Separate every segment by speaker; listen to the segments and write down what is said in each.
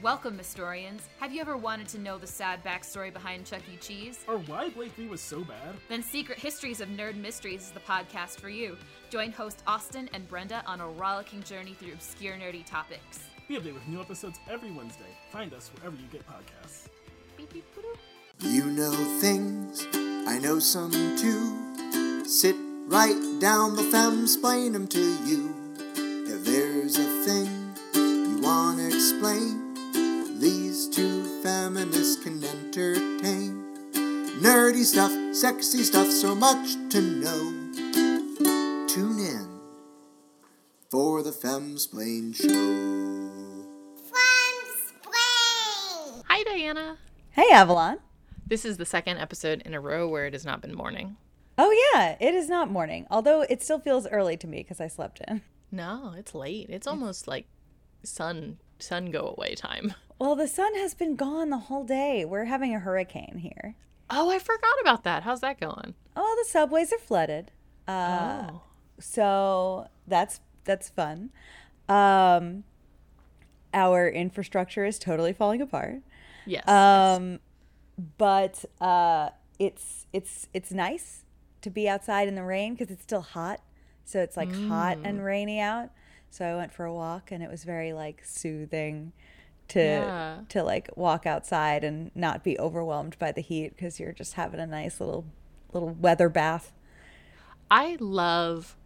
Speaker 1: Welcome, historians. Have you ever wanted to know the sad backstory behind Chuck E. Cheese?
Speaker 2: Or why Blakely was so bad?
Speaker 1: Then Secret Histories of Nerd Mysteries is the podcast for you. Join host Austin and Brenda on a rollicking journey through obscure nerdy topics.
Speaker 2: We update with new episodes every Wednesday. Find us wherever you get podcasts.
Speaker 1: Beep, beep, boop, boop.
Speaker 3: You know things, I know some too. Sit right down, the fam explain 'em to you. If there's a thing you wanna explain, these two feminists can entertain. Nerdy stuff, sexy stuff, so much to know. Tune in for the Femsplain Show.
Speaker 4: Spring!
Speaker 5: Hi, Diana.
Speaker 6: Hey, Avalon.
Speaker 5: This is the second episode in a row where it has not been morning.
Speaker 6: Oh, yeah, it is not morning, although it still feels early to me because I slept in.
Speaker 5: No, it's late. It's almost like sun sun go away time.
Speaker 6: Well, the sun has been gone the whole day. We're having a hurricane here.
Speaker 5: Oh, I forgot about that. How's that going?
Speaker 6: All the subways are flooded. Uh,
Speaker 5: oh.
Speaker 6: So that's that's fun. Um, our infrastructure is totally falling apart.
Speaker 5: Yes.
Speaker 6: Um, but uh, it's it's it's nice to be outside in the rain because it's still hot. So it's like hot
Speaker 5: Mm.
Speaker 6: and rainy out. So I went for a walk and it was very like soothing to
Speaker 5: Yeah.
Speaker 6: to like walk outside and not be overwhelmed by the heat because you're just having a nice little little weather bath.
Speaker 5: I love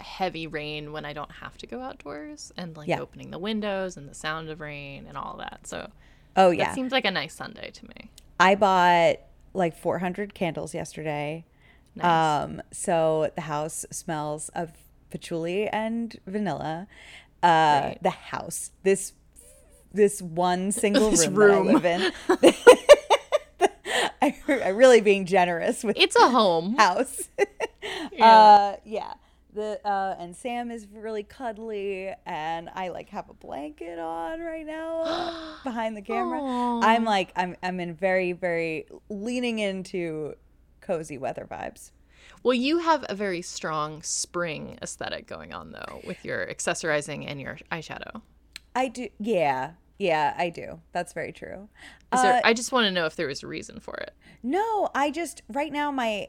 Speaker 5: heavy rain when I don't have to go outdoors and like
Speaker 6: Yeah.
Speaker 5: opening the windows and the sound of rain and all that. So
Speaker 6: Oh
Speaker 5: that
Speaker 6: yeah,
Speaker 5: seems like a nice Sunday to me.
Speaker 6: I bought like 400 candles yesterday.
Speaker 5: Nice.
Speaker 6: Um, so the house smells of patchouli and vanilla. Uh,
Speaker 5: Great.
Speaker 6: The house, this this one single
Speaker 5: This
Speaker 6: room,
Speaker 5: room.
Speaker 6: that I live in. I, I'm really being generous with
Speaker 5: it's a home.
Speaker 6: house. Uh, yeah. The uh, and Sam is really cuddly, and I like have a blanket on right now behind the camera. I'm like I'm I'm in very very leaning into cozy weather vibes.
Speaker 5: Well, you have a very strong spring aesthetic going on though with your accessorizing and your eyeshadow.
Speaker 6: I do, yeah, yeah, I do. That's very true.
Speaker 5: Is
Speaker 6: Uh,
Speaker 5: there, I just want to know if there was a reason for it.
Speaker 6: No, I just right now my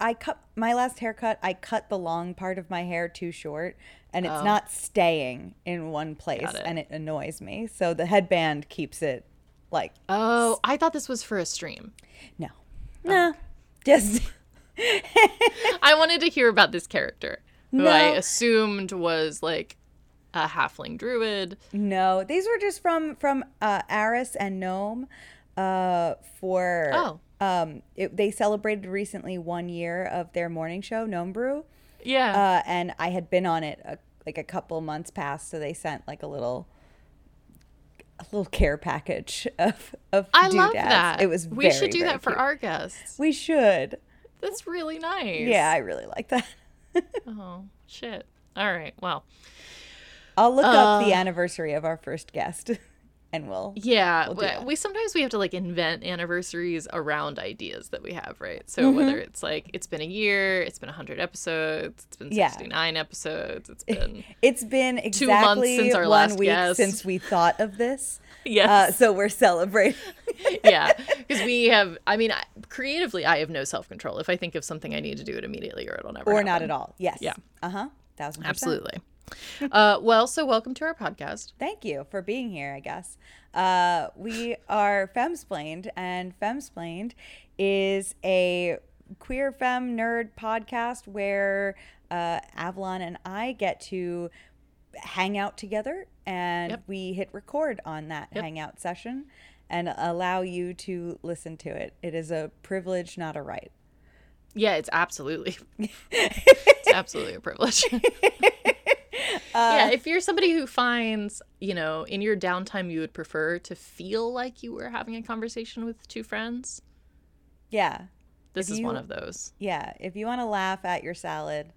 Speaker 6: I cut my last haircut, I cut the long part of my hair too short and it's not staying in one place
Speaker 5: Oh. Got it.
Speaker 6: and it annoys me. So the headband keeps it like
Speaker 5: Oh, I thought this was for a stream.
Speaker 6: no. Nah. Just
Speaker 5: I wanted to hear about this character who I
Speaker 6: No.
Speaker 5: assumed was like a halfling druid.
Speaker 6: no. These were just from from uh Aris and Gnome uh for
Speaker 5: Oh.
Speaker 6: um it, they celebrated recently 1 year of their morning show Gnome Brew.
Speaker 5: Yeah.
Speaker 6: uh, and I had been on it a, like a couple months past, so they sent like a little, a little care package of of.
Speaker 5: I love
Speaker 6: doodads.
Speaker 5: that.
Speaker 6: It was.
Speaker 5: We
Speaker 6: very,
Speaker 5: should do
Speaker 6: very
Speaker 5: that for
Speaker 6: cute.
Speaker 5: our guests.
Speaker 6: We should.
Speaker 5: That's really nice.
Speaker 6: Yeah, I really like that.
Speaker 5: Oh, shit. All right. Well,
Speaker 6: I'll look up the
Speaker 5: Uh,
Speaker 6: anniversary of our first guest, and we'll.
Speaker 5: yeah.
Speaker 6: We'll do
Speaker 5: we-
Speaker 6: that.
Speaker 5: we sometimes we have to like invent anniversaries around ideas that we have, right? So
Speaker 6: Mm-hmm.
Speaker 5: whether it's like it's been a year, it's been 100 episodes, it's been
Speaker 6: Yeah.
Speaker 5: 69 episodes, it's been
Speaker 6: It's been
Speaker 5: Two months
Speaker 6: exactly
Speaker 5: since our
Speaker 6: one
Speaker 5: last
Speaker 6: week
Speaker 5: guest.
Speaker 6: since we thought of this, uh,
Speaker 5: Yes.
Speaker 6: so we're celebrating.
Speaker 5: yeah because we have i mean I, creatively i have no self-control if i think of something i need to do it immediately or it'll never
Speaker 6: or
Speaker 5: happen.
Speaker 6: not at all. Yes.
Speaker 5: Yeah.
Speaker 6: Uh huh. Thousand. percent.
Speaker 5: absolutely uh, well so welcome to our podcast
Speaker 6: Thank you for being here, I guess. Uh, we are Femsplained, and Femsplained is a queer femme nerd podcast where uh, Avalon and I get to hang out together and
Speaker 5: Yep.
Speaker 6: we hit record on that hangout session and allow you to listen to it. It is a privilege, not a right.
Speaker 5: yeah it's absolutely it's absolutely a privilege
Speaker 6: Uh,
Speaker 5: yeah if you're somebody who finds you know in your downtime you would prefer to feel like you were having a conversation with two friends
Speaker 6: Yeah.
Speaker 5: this
Speaker 6: If
Speaker 5: is
Speaker 6: you-
Speaker 5: one of those
Speaker 6: Yeah. If you want to laugh at your salad,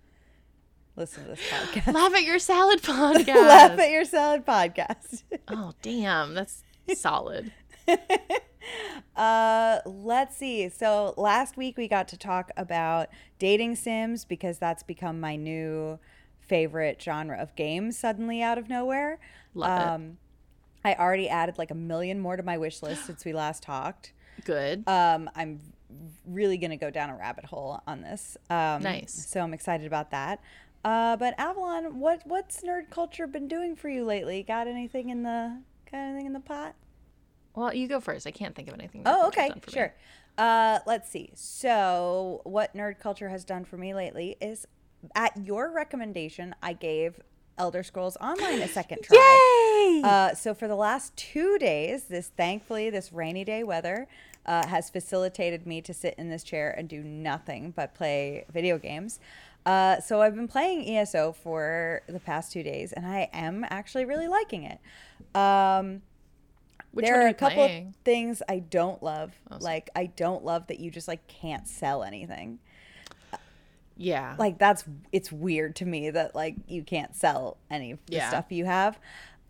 Speaker 6: listen to this podcast.
Speaker 5: laugh at your salad podcast
Speaker 6: laugh at your salad podcast.
Speaker 5: oh damn that's solid
Speaker 6: Uh, let's see. So last week we got to talk about dating sims because that's become my new favorite genre of games suddenly out of nowhere.
Speaker 5: love it
Speaker 6: I already added like a million more to my wish list since we last talked.
Speaker 5: Good.
Speaker 6: Um, I'm really going to go down a rabbit hole on this. Um,
Speaker 5: Nice.
Speaker 6: So I'm excited about that. Uh, but Avalon, what what's nerd culture been doing for you lately? Got anything in the got anything in the pot?
Speaker 5: well, you go first. I can't think of anything. that
Speaker 6: Oh,
Speaker 5: much has
Speaker 6: okay,
Speaker 5: done for me.
Speaker 6: sure. Uh, let's see. So, what nerd culture has done for me lately is, at your recommendation, I gave Elder Scrolls Online a second try. Yay! Uh, so for the last two days, this thankfully this rainy day weather uh, has facilitated me to sit in this chair and do nothing but play video games. Uh, so I've been playing ESO for the past two days, and I am actually really liking it. Um,
Speaker 5: Which
Speaker 6: there
Speaker 5: one
Speaker 6: are,
Speaker 5: are
Speaker 6: a
Speaker 5: you
Speaker 6: couple of
Speaker 5: playing? Oh,
Speaker 6: things I don't love. Like I don't love that you just like can't sell anything.
Speaker 5: Yeah.
Speaker 6: Like that's it's weird to me that like you can't sell any of the
Speaker 5: Yeah.
Speaker 6: stuff you have.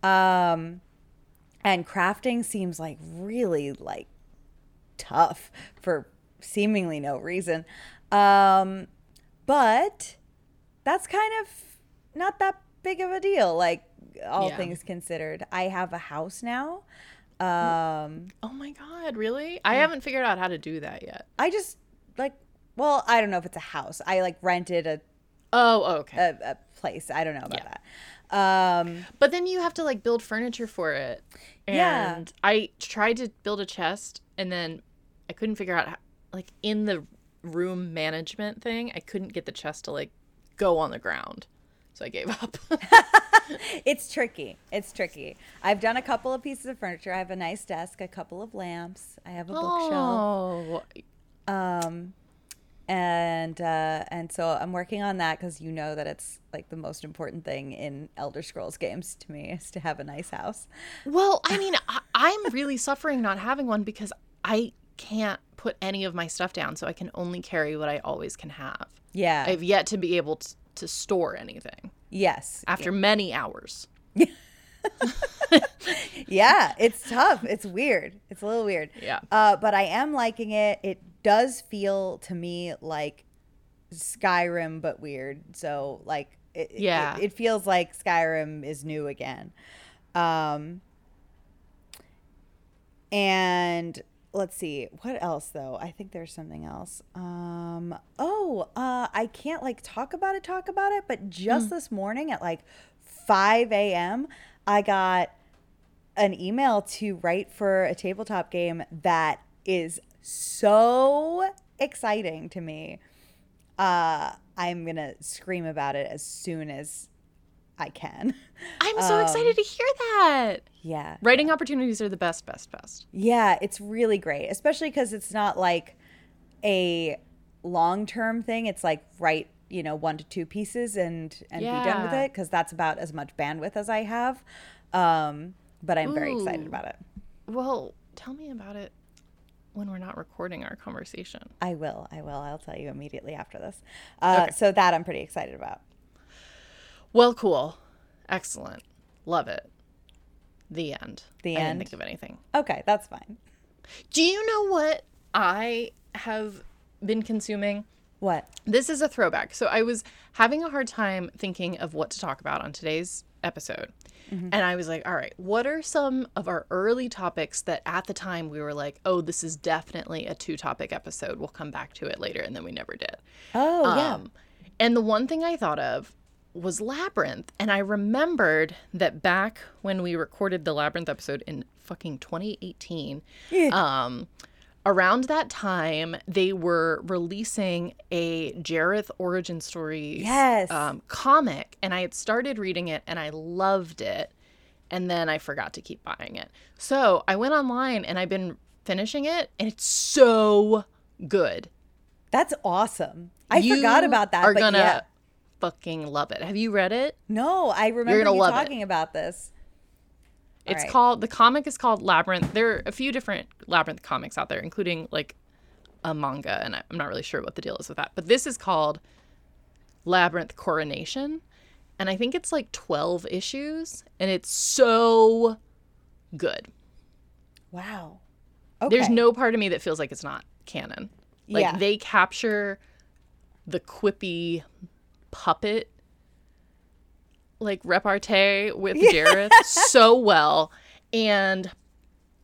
Speaker 6: Um and crafting seems like really like tough for seemingly no reason. Um but that's kind of not that big of a deal like all
Speaker 5: Yeah.
Speaker 6: things considered. I have a house now. Um
Speaker 5: oh my god, really? I haven't figured out how to do that yet.
Speaker 6: I just like well, I don't know if it's a house. I like rented a
Speaker 5: Oh, okay.
Speaker 6: a, a place. I don't know about that. Um
Speaker 5: But then you have to like build furniture for it. And
Speaker 6: Yeah.
Speaker 5: I tried to build a chest and then I couldn't figure out how, like in the room management thing, I couldn't get the chest to like go on the ground. So I gave up.
Speaker 6: it's tricky. It's tricky. I've done a couple of pieces of furniture. I have a nice desk, a couple of lamps, I have a bookshelf.
Speaker 5: oh.
Speaker 6: Um and uh and so I'm working on that cuz you know that it's like the most important thing in Elder Scrolls games to me is to have a nice house.
Speaker 5: Well, I mean, I, I'm really suffering not having one because I can't put any of my stuff down. So I can only carry what I always can have.
Speaker 6: Yeah.
Speaker 5: I've yet to be able to, to store anything
Speaker 6: yes.
Speaker 5: after many hours.
Speaker 6: yeah, it's tough. It's weird. It's a little weird.
Speaker 5: Yeah.
Speaker 6: Uh, but I am liking it. It does feel to me like Skyrim, but weird. So like, it, it-
Speaker 5: Yeah.
Speaker 6: it, feels like Skyrim is new again. Um, and let's see what else though. I think there's something else. Um, oh, uh, I can't like talk about it, talk about it. But just this morning at like 5 a.m., I got an email to write for a tabletop game that is so exciting to me. Uh, I'm gonna scream about it as soon as I can.
Speaker 5: I'm
Speaker 6: Um,
Speaker 5: so excited to hear that.
Speaker 6: yeah,
Speaker 5: Writing opportunities are the best, best, best.
Speaker 6: yeah, it's really great, especially because it's not like a long term thing. It's like write you know one to two pieces and and be done with
Speaker 5: Yeah.
Speaker 6: it because that's about as much bandwidth as I have. Um, but I'm very excited
Speaker 5: Ooh.
Speaker 6: about it.
Speaker 5: Well, tell me about it when we're not recording our conversation.
Speaker 6: I will. I will. I'll tell you immediately after this. Uh, So that I'm pretty excited about.
Speaker 5: Well, cool. Excellent. Love it. The end.
Speaker 6: The
Speaker 5: I
Speaker 6: end.
Speaker 5: didn't think of anything.
Speaker 6: Okay, that's fine.
Speaker 5: Do you know what I have been consuming?
Speaker 6: What?
Speaker 5: This is a throwback. So I was having a hard time thinking of what to talk about on today's episode. And I was like, all right, what are some of our early topics that at the time we were like, oh, this is definitely a two topic episode. We'll come back to it later. And then we never did.
Speaker 6: Oh yeah.
Speaker 5: Um, and the one thing I thought of was Labyrinth. And I remembered that back when we recorded the Labyrinth episode in fucking 2018, um, around that time, they were releasing a Jareth origin story
Speaker 6: Yes.
Speaker 5: um, comic. And I had started reading it and I loved it. And then I forgot to keep buying it. So I went online and I've been finishing it and it's so good.
Speaker 6: That's awesome. I forgot
Speaker 5: You
Speaker 6: about that.
Speaker 5: Are
Speaker 6: but
Speaker 5: gonna
Speaker 6: yeah.
Speaker 5: fucking love it. Have you read it?
Speaker 6: No, I remember
Speaker 5: gonna
Speaker 6: you
Speaker 5: love it.
Speaker 6: talking about this.
Speaker 5: It's
Speaker 6: right.
Speaker 5: called the comic is called Labyrinth. There are a few different Labyrinth comics out there, including like a manga, and I- I'm not really sure what the deal is with that. But this is called Labyrinth Coronation, and I think it's like 12 issues, and it's so good.
Speaker 6: Wow. Okay.
Speaker 5: There's no part of me that feels like it's not canon. Like
Speaker 6: Yeah.
Speaker 5: they capture the quippy puppet like repartee with Jareth so well. and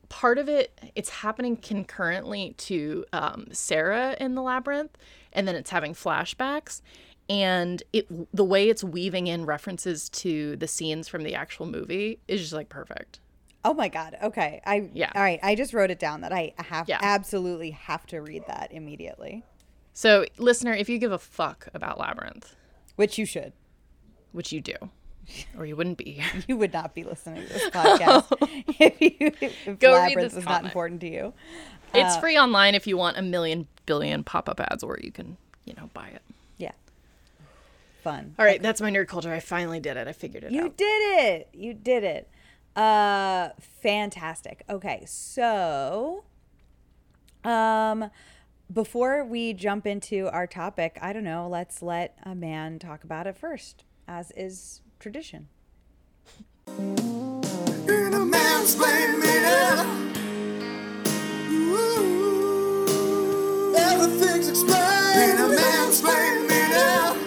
Speaker 5: part of it it's happening concurrently to um, sarah in the labyrinth and then it's having flashbacks and it the way it's weaving in references to the scenes from the actual movie is just like perfect
Speaker 6: Oh my god. Okay. I
Speaker 5: Yeah.
Speaker 6: All right. I just wrote it down that I have
Speaker 5: Yeah.
Speaker 6: absolutely have to read that immediately,
Speaker 5: so listener if you give a fuck about labyrinth
Speaker 6: which you should.
Speaker 5: which you do or you wouldn't be here
Speaker 6: You would not be listening to this podcast if you if
Speaker 5: Go read
Speaker 6: labyrinth
Speaker 5: this
Speaker 6: was
Speaker 5: comic.
Speaker 6: not important to you.
Speaker 5: it's free online if you want a million billion pop-up ads or you can you know buy it
Speaker 6: Yeah. Fun.
Speaker 5: all right that's my nerd culture i finally did it i figured it
Speaker 6: You
Speaker 5: out
Speaker 6: did it. You did it. Uh fantastic. Okay. So um before we jump into our topic, I don't know, let's let a man talk about it first, as is tradition.
Speaker 3: in a mansplain minute. Ooh, everything's explained in a mansplain minute.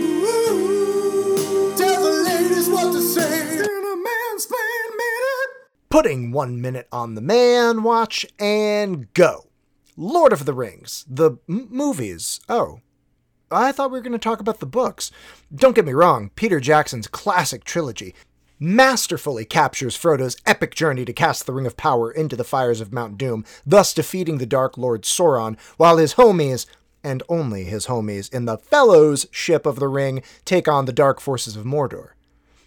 Speaker 3: Ooh, tell the ladies what to say in a mansplain minute. Putting one minute on the man, watch and go. Lord of the Rings, the m- movies. Oh. I thought we were going to talk about the books. Don't get me wrong, Peter Jackson's classic trilogy masterfully captures Frodo's epic journey to cast the Ring of Power into the fires of Mount Doom, thus defeating the Dark Lord Sauron, while his homies, and only his homies, in the Fellowship of the Ring take on the dark forces of Mordor.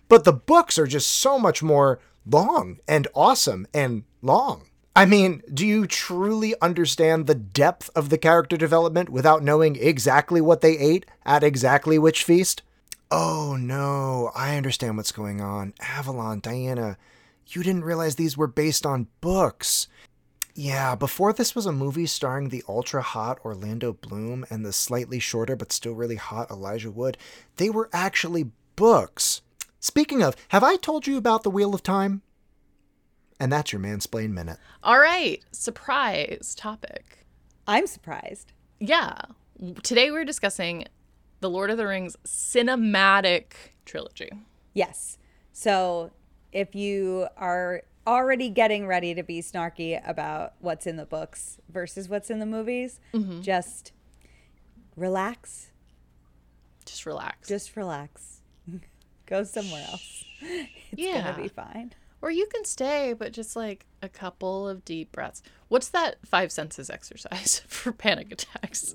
Speaker 3: But the books are just so much more long and awesome and long. I mean, do you truly understand the depth of the character development without knowing exactly what they ate at exactly which feast? Oh no, I understand what's going on. Avalon, Diana, you didn't realize these were based on books. Yeah, before this was a movie starring the ultra hot Orlando Bloom and the slightly shorter but still really hot Elijah Wood, they were actually books. Speaking of, have I told you about The Wheel of Time? And that's your mansplain minute.
Speaker 5: all right surprise topic
Speaker 6: I'm surprised.
Speaker 5: Yeah. Today we're discussing the Lord of the Rings cinematic trilogy.
Speaker 6: Yes. So if you are already getting ready to be snarky about what's in the books versus what's in the movies, just relax.
Speaker 5: Just relax.
Speaker 6: Just relax. Go somewhere else. It's
Speaker 5: yeah.
Speaker 6: gonna be fine.
Speaker 5: or you can stay, but just like a couple of deep breaths. What's that five senses exercise for panic attacks?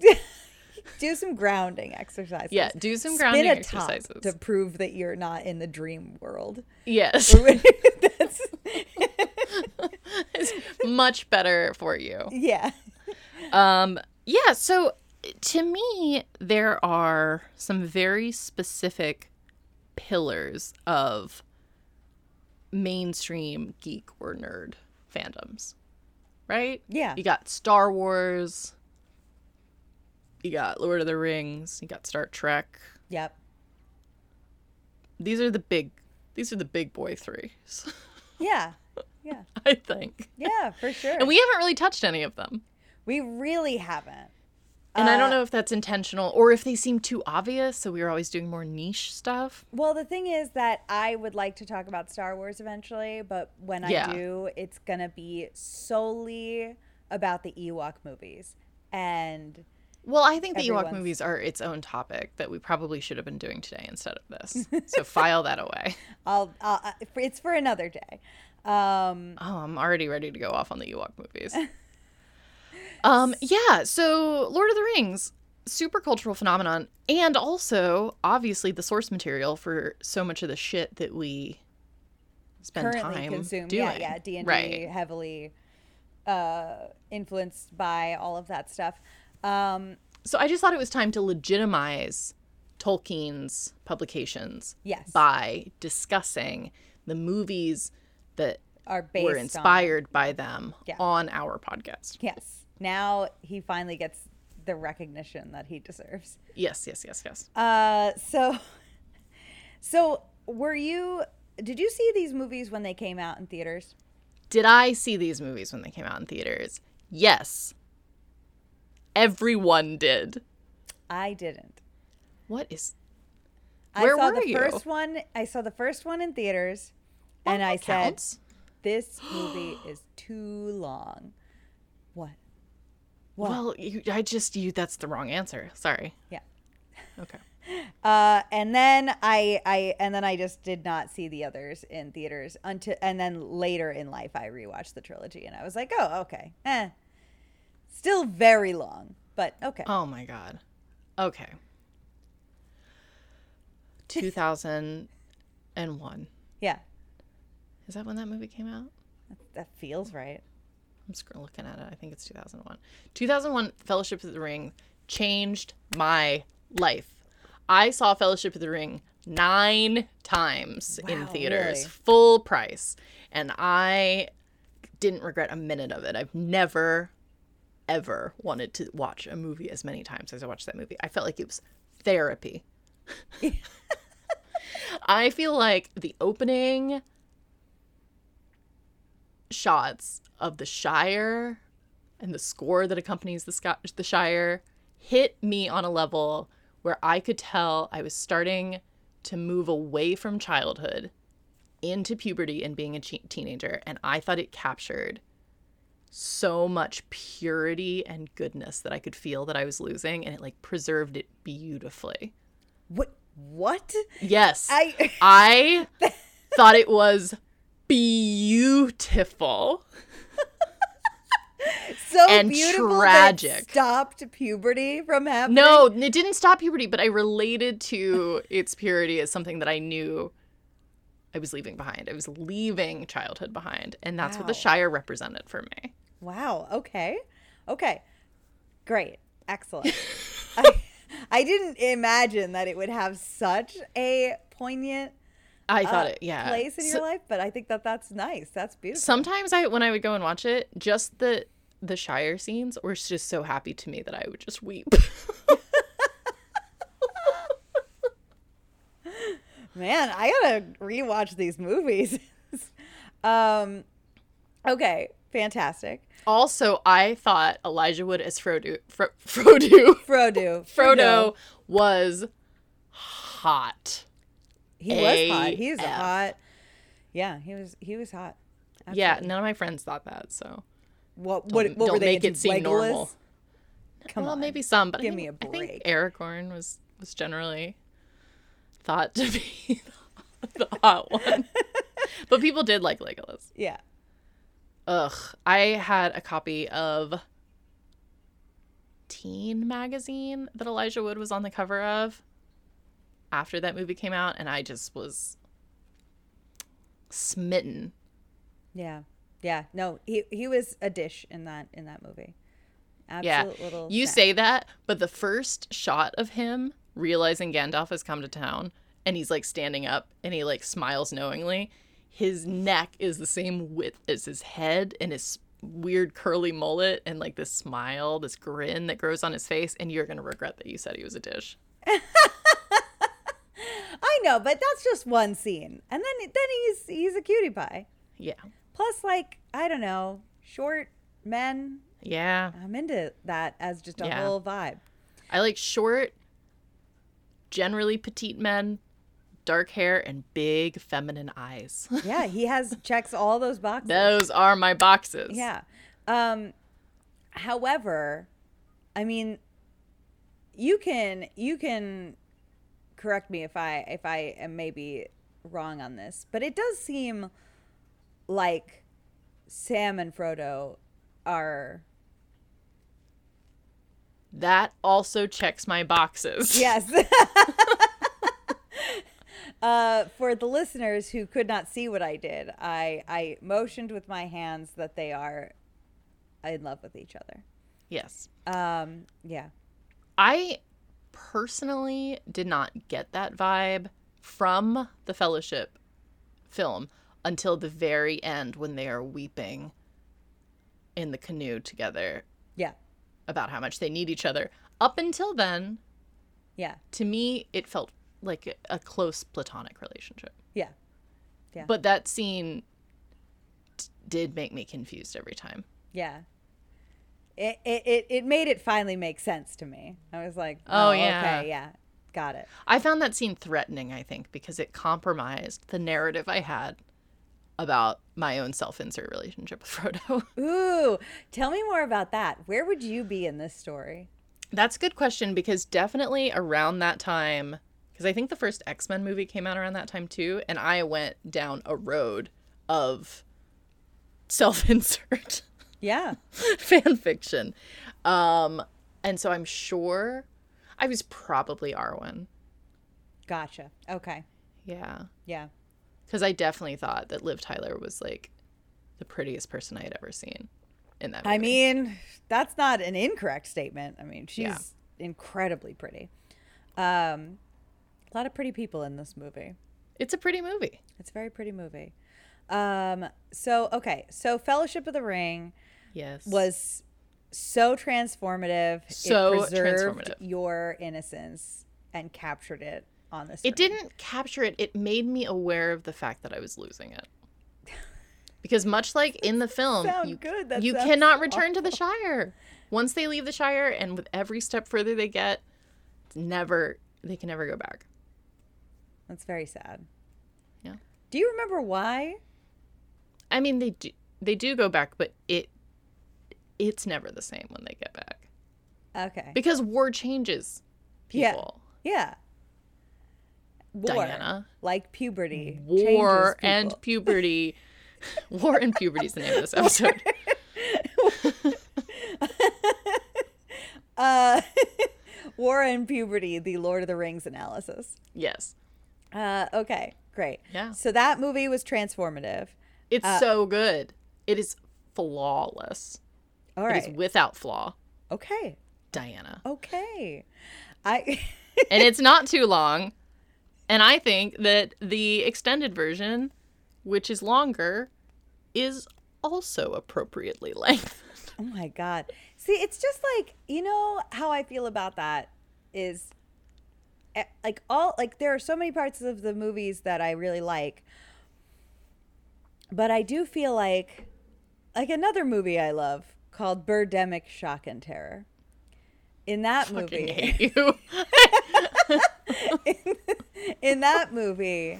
Speaker 6: Do some grounding exercises.
Speaker 5: yeah, do some
Speaker 6: Spin
Speaker 5: grounding
Speaker 6: a top
Speaker 5: exercises.
Speaker 6: to prove that you're not in the dream world.
Speaker 5: Yes.
Speaker 6: That's-
Speaker 5: it's much better for you.
Speaker 6: yeah.
Speaker 5: Um, yeah, so to me, there are some very specific pillars of mainstream geek or nerd fandoms, right?
Speaker 6: Yeah.
Speaker 5: You got Star Wars, you got Lord of the Rings, you got Star Trek.
Speaker 6: Yep.
Speaker 5: These are the big, these are the big boy threes,
Speaker 6: Yeah. Yeah.
Speaker 5: I think.
Speaker 6: Yeah, for sure.
Speaker 5: And we haven't really touched any of them.
Speaker 6: we really haven't.
Speaker 5: And I don't
Speaker 6: Uh,
Speaker 5: know if that's intentional or if they seem too obvious. So we were always doing more niche stuff.
Speaker 6: Well, the thing is that I would like to talk about Star Wars eventually, but when
Speaker 5: Yeah.
Speaker 6: I do, it's going to be solely about the Ewok movies. And
Speaker 5: Well, I think the Ewok
Speaker 6: Everyone's-
Speaker 5: movies are its own topic that we probably should have been doing today instead of this. So file that away.
Speaker 6: I'll, I'll I- for- it's for another day. Um,
Speaker 5: Oh, I'm already ready to go off on the Ewok movies. Um, yeah, so Lord of the Rings, super cultural phenomenon, and also obviously the source material for so much of the shit that we spend
Speaker 6: currently
Speaker 5: time
Speaker 6: consumed,
Speaker 5: doing.
Speaker 6: yeah, yeah, D and D
Speaker 5: Right.
Speaker 6: heavily uh, influenced by all of that stuff. Um,
Speaker 5: So I just thought it was time to legitimize Tolkien's publications
Speaker 6: yes,
Speaker 5: by discussing the movies that
Speaker 6: are based
Speaker 5: were
Speaker 6: on-
Speaker 5: inspired by them
Speaker 6: Yeah.
Speaker 5: on our podcast.
Speaker 6: yes, now he finally gets the recognition that he deserves.
Speaker 5: Yes, yes, yes, yes.
Speaker 6: Uh, so, so were you? Did you see these movies when they came out in theaters?
Speaker 5: Did I see these movies when they came out in theaters? Yes. Everyone did.
Speaker 6: I didn't.
Speaker 5: What is
Speaker 6: I
Speaker 5: Where
Speaker 6: saw
Speaker 5: were
Speaker 6: the
Speaker 5: you?
Speaker 6: first one. I saw the first one in theaters, and I said,
Speaker 5: counts.
Speaker 6: "This movie is too long." What? What?
Speaker 5: Well, you, I just you. That's the wrong answer. Sorry.
Speaker 6: yeah.
Speaker 5: Okay.
Speaker 6: Uh, and then I, I, and then I just did not see the others in theaters until, and then later in life I rewatched the trilogy, and I was like, "Oh, okay, eh." Still very long, but okay.
Speaker 5: Oh my god. Okay. Two thousand and one.
Speaker 6: Yeah,
Speaker 5: Is that when that movie came out?
Speaker 6: that feels right.
Speaker 5: I'm just looking at it. I think it's 2001. 2001 Fellowship of the Ring changed my life. I saw Fellowship of the Ring 9 times in
Speaker 6: Wow,
Speaker 5: theaters,
Speaker 6: really?
Speaker 5: full price, and I didn't regret a minute of it. I've never ever wanted to watch a movie as many times as I watched that movie. I felt like it was therapy. I feel like the opening shots of the Shire and the score that accompanies the, Sco- the Shire hit me on a level where I could tell I was starting to move away from childhood into puberty and being a che- teenager. And I thought it captured so much purity and goodness that I could feel that I was losing. And it like preserved it beautifully.
Speaker 6: What? What?
Speaker 5: Yes.
Speaker 6: I.
Speaker 5: I thought it was beautiful.
Speaker 6: so
Speaker 5: and
Speaker 6: beautiful That
Speaker 5: tragic.
Speaker 6: it stopped puberty from happening.
Speaker 5: No, it didn't stop puberty, but I related to its purity as something that I knew I was leaving behind. I was leaving childhood behind. And that's what the
Speaker 6: Wow.
Speaker 5: Shire represented for me.
Speaker 6: Wow. Okay. Okay. Great. Excellent. I, I didn't imagine that it would have such a poignant
Speaker 5: I thought
Speaker 6: uh,
Speaker 5: it, yeah.
Speaker 6: place in
Speaker 5: So-
Speaker 6: your life, but I think that that's nice. That's beautiful.
Speaker 5: sometimes I when I would go and watch it, just the the Shire scenes were just so happy to me that I would just weep.
Speaker 6: Man, I gotta rewatch these movies. um, okay. Fantastic.
Speaker 5: also, I thought Elijah Wood as Frodo, Fro- Frodo
Speaker 6: Frodo.
Speaker 5: Frodo was hot.
Speaker 6: He was hot. He was a
Speaker 5: AF.
Speaker 6: hot. Yeah, he was. He was hot.
Speaker 5: Yeah, none of my friends thought that. So
Speaker 6: What? What?
Speaker 5: Don't-
Speaker 6: what were
Speaker 5: don't
Speaker 6: they
Speaker 5: make it
Speaker 6: into,
Speaker 5: seem
Speaker 6: Legolas?
Speaker 5: normal.
Speaker 6: Come
Speaker 5: well,
Speaker 6: on.
Speaker 5: maybe some, but
Speaker 6: Give
Speaker 5: I
Speaker 6: me
Speaker 5: think,
Speaker 6: a
Speaker 5: I think
Speaker 6: break.
Speaker 5: Aragorn was was generally thought to be the hot one, but people did like Legolas.
Speaker 6: Yeah.
Speaker 5: Ugh, I had a copy of Teen magazine that Elijah Wood was on the cover of after that movie came out, and I just was smitten.
Speaker 6: Yeah. Yeah. No, he he was a dish in that in that movie.
Speaker 5: Yeah,
Speaker 6: Absolute little
Speaker 5: you
Speaker 6: snack.
Speaker 5: say that, but the first shot of him realizing Gandalf has come to town, and he's like standing up, and he like smiles knowingly. His neck is the same width as his head, and his weird curly mullet, and like this smile, this grin that grows on his face, and you're gonna regret that you said he was a dish.
Speaker 6: I know, but that's just one scene. And then then he's he's a cutie pie.
Speaker 5: Yeah,
Speaker 6: Plus like, I don't know, short men.
Speaker 5: yeah.
Speaker 6: I'm into that as just a
Speaker 5: Yeah.
Speaker 6: whole vibe.
Speaker 5: I like short, generally petite men, dark hair, and big feminine eyes.
Speaker 6: Yeah, he has checks all those boxes.
Speaker 5: Those are my boxes.
Speaker 6: Yeah. Um however, I mean you can you can correct me if I if I am maybe wrong on this, but it does seem like Sam and Frodo are
Speaker 5: That also checks my boxes.
Speaker 6: Yes. uh, for the listeners who could not see what I did, I, I motioned with my hands that they are in love with each other.
Speaker 5: Yes.
Speaker 6: Um, yeah.
Speaker 5: I personally did not get that vibe from the Fellowship film until the very end when they are weeping in the canoe together
Speaker 6: Yeah.
Speaker 5: about how much they need each other. Up until then,
Speaker 6: Yeah.
Speaker 5: to me, it felt like a close platonic relationship.
Speaker 6: Yeah.
Speaker 5: But that scene d- did make me confused every time.
Speaker 6: Yeah. It, it, it, it made it finally make sense to me. I was like,
Speaker 5: Oh,
Speaker 6: oh,
Speaker 5: yeah.
Speaker 6: Okay. Yeah. Got it.
Speaker 5: I found that scene threatening, I think, because it compromised the narrative I had about my own self-insert relationship with Frodo.
Speaker 6: Ooh, tell me more about that. Where would you be in this story?
Speaker 5: That's a good question because definitely around that time, because I think the first X Men movie came out around that time too, and I went down a road of self insert
Speaker 6: Yeah.
Speaker 5: fan fiction. Um, and so I'm sure I was probably Arwen.
Speaker 6: Gotcha. Okay.
Speaker 5: Yeah.
Speaker 6: Yeah.
Speaker 5: Because I definitely thought that Liv Tyler was like the prettiest person I had ever seen in that movie.
Speaker 6: I mean, that's not an incorrect statement. I mean, she's
Speaker 5: Yeah.
Speaker 6: incredibly pretty. Um, a lot of pretty people in this movie.
Speaker 5: it's a pretty movie.
Speaker 6: It's a very pretty movie. Um, so okay, so Fellowship of the Ring
Speaker 5: Yes.
Speaker 6: was so transformative.
Speaker 5: So
Speaker 6: it preserved
Speaker 5: transformative.
Speaker 6: your innocence and captured it on this.
Speaker 5: It didn't capture it. It made me aware of the fact that I was losing it. Because much like in the film,
Speaker 6: sound
Speaker 5: you,
Speaker 6: good. That
Speaker 5: you
Speaker 6: sounds
Speaker 5: cannot return to the Shire. Once they leave the Shire, and with every step further they get, it's never they can never go back.
Speaker 6: That's very sad.
Speaker 5: Yeah.
Speaker 6: Do you remember why?
Speaker 5: I mean, they do they do go back, but it it's never the same when they get back
Speaker 6: Okay.
Speaker 5: because war changes
Speaker 6: Yeah.
Speaker 5: people.
Speaker 6: Yeah. War,
Speaker 5: Diana.
Speaker 6: like puberty,
Speaker 5: War
Speaker 6: changes
Speaker 5: and
Speaker 6: people.
Speaker 5: puberty. war and puberty is the name of this episode.
Speaker 6: uh, war and puberty, the Lord of the Rings analysis.
Speaker 5: yes,
Speaker 6: Uh, okay, great.
Speaker 5: Yeah.
Speaker 6: So that movie was transformative.
Speaker 5: it's
Speaker 6: Uh,
Speaker 5: so good. It is flawless.
Speaker 6: All
Speaker 5: It
Speaker 6: right.
Speaker 5: is without flaw,
Speaker 6: okay.
Speaker 5: Diana.
Speaker 6: Okay. I
Speaker 5: and it's not too long. And I think that the extended version, which is longer, is also appropriately length.
Speaker 6: Oh my god. See, it's just like, you know how I feel about that is eh, like all like there are so many parts of the movies that I really like. But I do feel like like another movie I love called Birdemic Shock and Terror. In that
Speaker 5: Fucking
Speaker 6: movie,
Speaker 5: hate you.
Speaker 6: in that movie,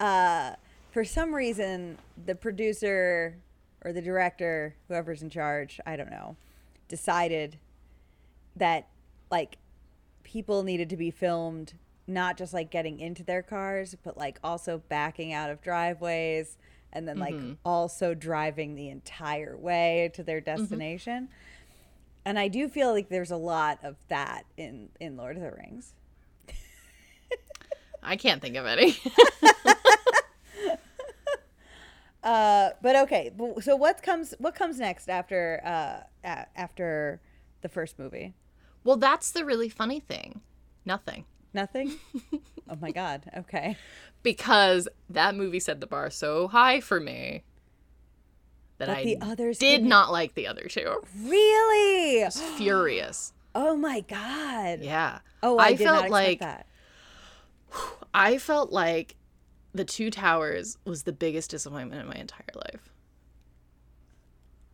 Speaker 6: uh, for some reason, the producer or the director, whoever's in charge, I don't know, decided that like people needed to be filmed not just like getting into their cars, but like also backing out of driveways and then like also driving the entire way to their destination. And I do feel like there's a lot of that in in Lord of the Rings.
Speaker 5: I can't think of any.
Speaker 6: Uh, but okay. but- So what comes what comes next after uh a- after the first movie?
Speaker 5: well, that's the really funny thing. Nothing.
Speaker 6: Nothing. oh my god. Okay.
Speaker 5: Because that movie set the bar so high for me that
Speaker 6: But
Speaker 5: I
Speaker 6: the others
Speaker 5: did
Speaker 6: didn't.
Speaker 5: not like the other two. I
Speaker 6: Really?
Speaker 5: was furious.
Speaker 6: Oh my god.
Speaker 5: Yeah.
Speaker 6: Oh, I, did not expect that.
Speaker 5: I felt like the Two Towers was the biggest disappointment in my entire life.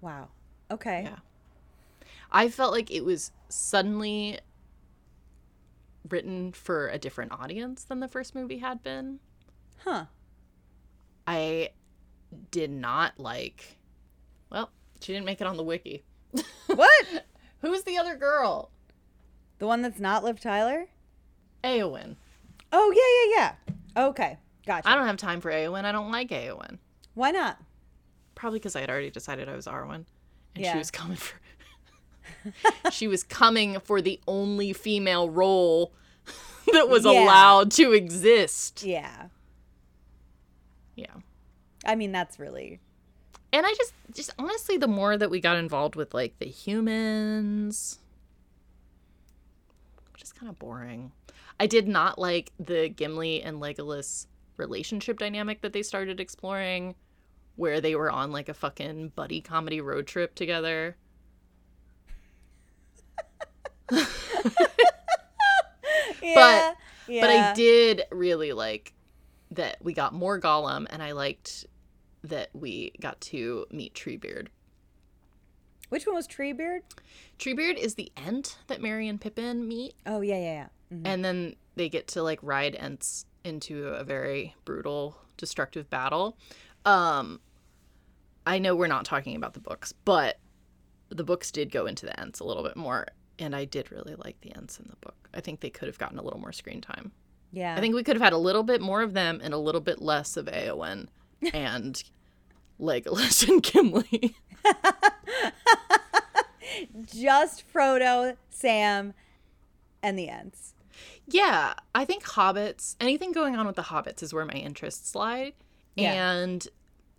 Speaker 6: Wow. Okay.
Speaker 5: Yeah. I felt like it was suddenly written for a different audience than the first movie had been.
Speaker 6: Huh.
Speaker 5: I did not like. Well, she didn't make it on the wiki.
Speaker 6: What?
Speaker 5: Who's the other girl?
Speaker 6: The one that's not Liv Tyler?
Speaker 5: Aowen.
Speaker 6: Oh yeah yeah yeah. Okay. Gotcha.
Speaker 5: I don't have time for Aowen. I don't like Aowen.
Speaker 6: Why not?
Speaker 5: Probably because I had already decided I was Arwen, and
Speaker 6: Yeah.
Speaker 5: she was coming for. she was coming for the only female role that was
Speaker 6: Yeah.
Speaker 5: allowed to exist.
Speaker 6: Yeah.
Speaker 5: Yeah.
Speaker 6: I mean that's really
Speaker 5: and i just just honestly the more that we got involved with like the humans which is kind of boring i did not like the gimli and legolas relationship dynamic that they started exploring where they were on like a fucking buddy comedy road trip together
Speaker 6: yeah, yeah.
Speaker 5: but i did really like that we got more gollum and i liked that we got to meet treebeard
Speaker 6: Which one was Treebeard?
Speaker 5: treebeard is the ent that merry and pippin meet
Speaker 6: Oh yeah yeah yeah. Mhm.
Speaker 5: and then they get to like ride Ents into a very brutal, destructive battle. Um, I know we're not talking about the books, but the books did go into the ends a little bit more, and I did really like the ends in the book. I think they could have gotten a little more screen time.
Speaker 6: Yeah.
Speaker 5: I think we could have had a little bit more of them and a little bit less of Aowen and Legolas and Gimli.
Speaker 6: just Frodo, Sam, and the Ents.
Speaker 5: Yeah, I think hobbits, anything going on with the hobbits is where my interests lie.
Speaker 6: Yeah.
Speaker 5: And